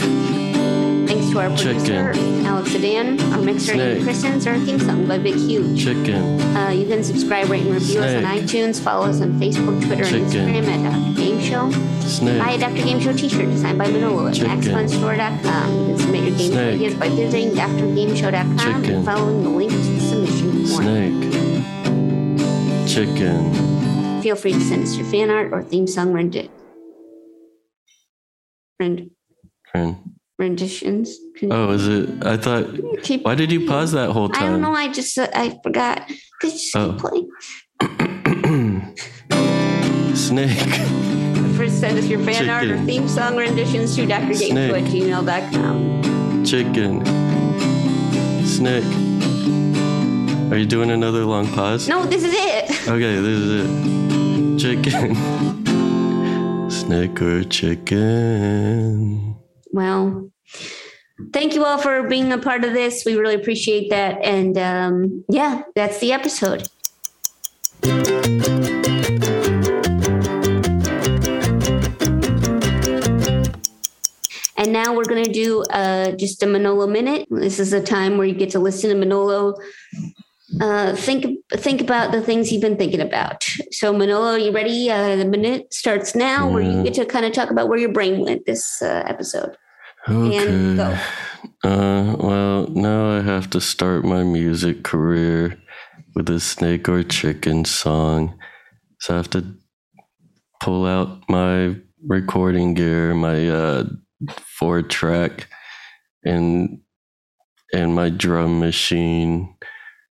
[SPEAKER 2] Thanks to our producer
[SPEAKER 1] Chicken.
[SPEAKER 2] Alex Sedan, our mixer Ian
[SPEAKER 1] Snake.
[SPEAKER 2] Christensen, our theme song by Big Hugh.
[SPEAKER 1] Chicken.
[SPEAKER 2] Uh, you can subscribe, rate, and review us on
[SPEAKER 1] Snake.
[SPEAKER 2] iTunes. Follow us on Facebook, Twitter, and
[SPEAKER 1] Chicken.
[SPEAKER 2] Instagram at Dr. Game Show.
[SPEAKER 1] Snake.
[SPEAKER 2] Buy a Dr. Game Show t-shirt designed by Manolo at
[SPEAKER 1] Chicken.
[SPEAKER 2] maxfunstore.com. You can submit your game
[SPEAKER 1] Snake.
[SPEAKER 2] ideas by visiting drgameshow.com
[SPEAKER 1] Chicken.
[SPEAKER 2] and following the link to the submission form.
[SPEAKER 1] Snake. Chicken.
[SPEAKER 2] Feel free to send us your fan art or theme song rendi- rend-
[SPEAKER 1] Friend.
[SPEAKER 2] renditions.
[SPEAKER 1] Oh, is it? I thought.
[SPEAKER 2] Keep-
[SPEAKER 1] Why did you pause that whole
[SPEAKER 2] I don't
[SPEAKER 1] time?
[SPEAKER 2] know. I just uh, I forgot. Could you just
[SPEAKER 1] Oh.
[SPEAKER 2] keep playing?
[SPEAKER 1] (clears throat) Snake.
[SPEAKER 2] First, send us your fan art or
[SPEAKER 1] Chicken.
[SPEAKER 2] theme song renditions to drgameshow at gmail.com.
[SPEAKER 1] Chicken. Snake. Are you doing another long pause?
[SPEAKER 2] No, this is it. (laughs)
[SPEAKER 1] Okay, this is it. Chicken. (laughs) Snake or chicken.
[SPEAKER 2] Well, thank you all for being a part of this. We really appreciate that. And um, yeah, that's the episode. And now we're going to do uh, just a Manolo minute. This is a time where you get to listen to Manolo uh, think think about the things you've been thinking about. So Manolo, you ready? Uh, the minute starts now, where you
[SPEAKER 1] Yeah.
[SPEAKER 2] get to kind of talk about where your brain went this uh, episode. And go.
[SPEAKER 1] Okay. Uh, well, now I have to start my music career with a snake or chicken song. So I have to pull out my recording gear, my uh, four track, and and my drum machine,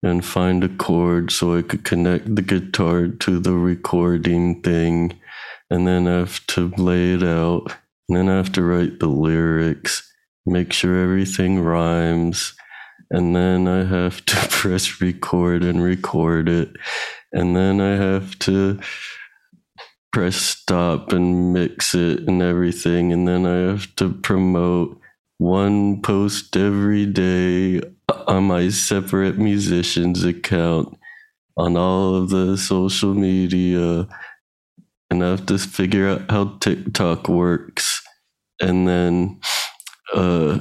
[SPEAKER 1] and find a cord so I could connect the guitar to the recording thing. And then I have to lay it out. And then I have to write the lyrics, make sure everything rhymes. And then I have to (laughs) press record and record it. And then I have to press stop and mix it and everything. And then I have to promote one post every day on my separate musicians account on all of the social media. And I have to figure out how TikTok works. And then uh,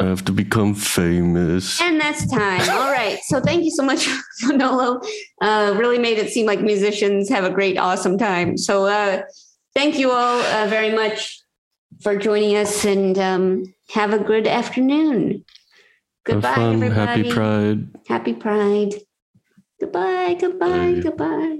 [SPEAKER 1] I have to become famous.
[SPEAKER 2] And that's time. All right. So thank you so much, (laughs) Manolo. Uh, really made it seem like musicians have a great, awesome time. So uh, thank you all uh, very much for joining us and um, have a good afternoon. Goodbye,
[SPEAKER 1] Have fun.
[SPEAKER 2] everybody.
[SPEAKER 1] Happy Pride.
[SPEAKER 2] Happy Pride. Goodbye, goodbye, goodbye.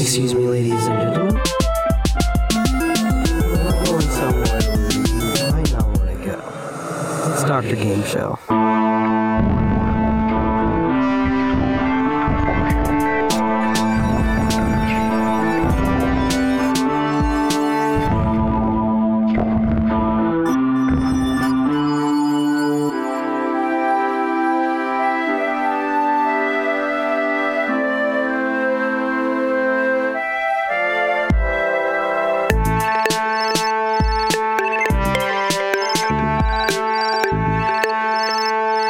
[SPEAKER 10] Excuse me, ladies and gentlemen. I'm going somewhere I don't want to go. It's Dr. Game Show.
[SPEAKER 19] MaximumFun.org.
[SPEAKER 17] Comedy and culture.
[SPEAKER 19] Artist owned.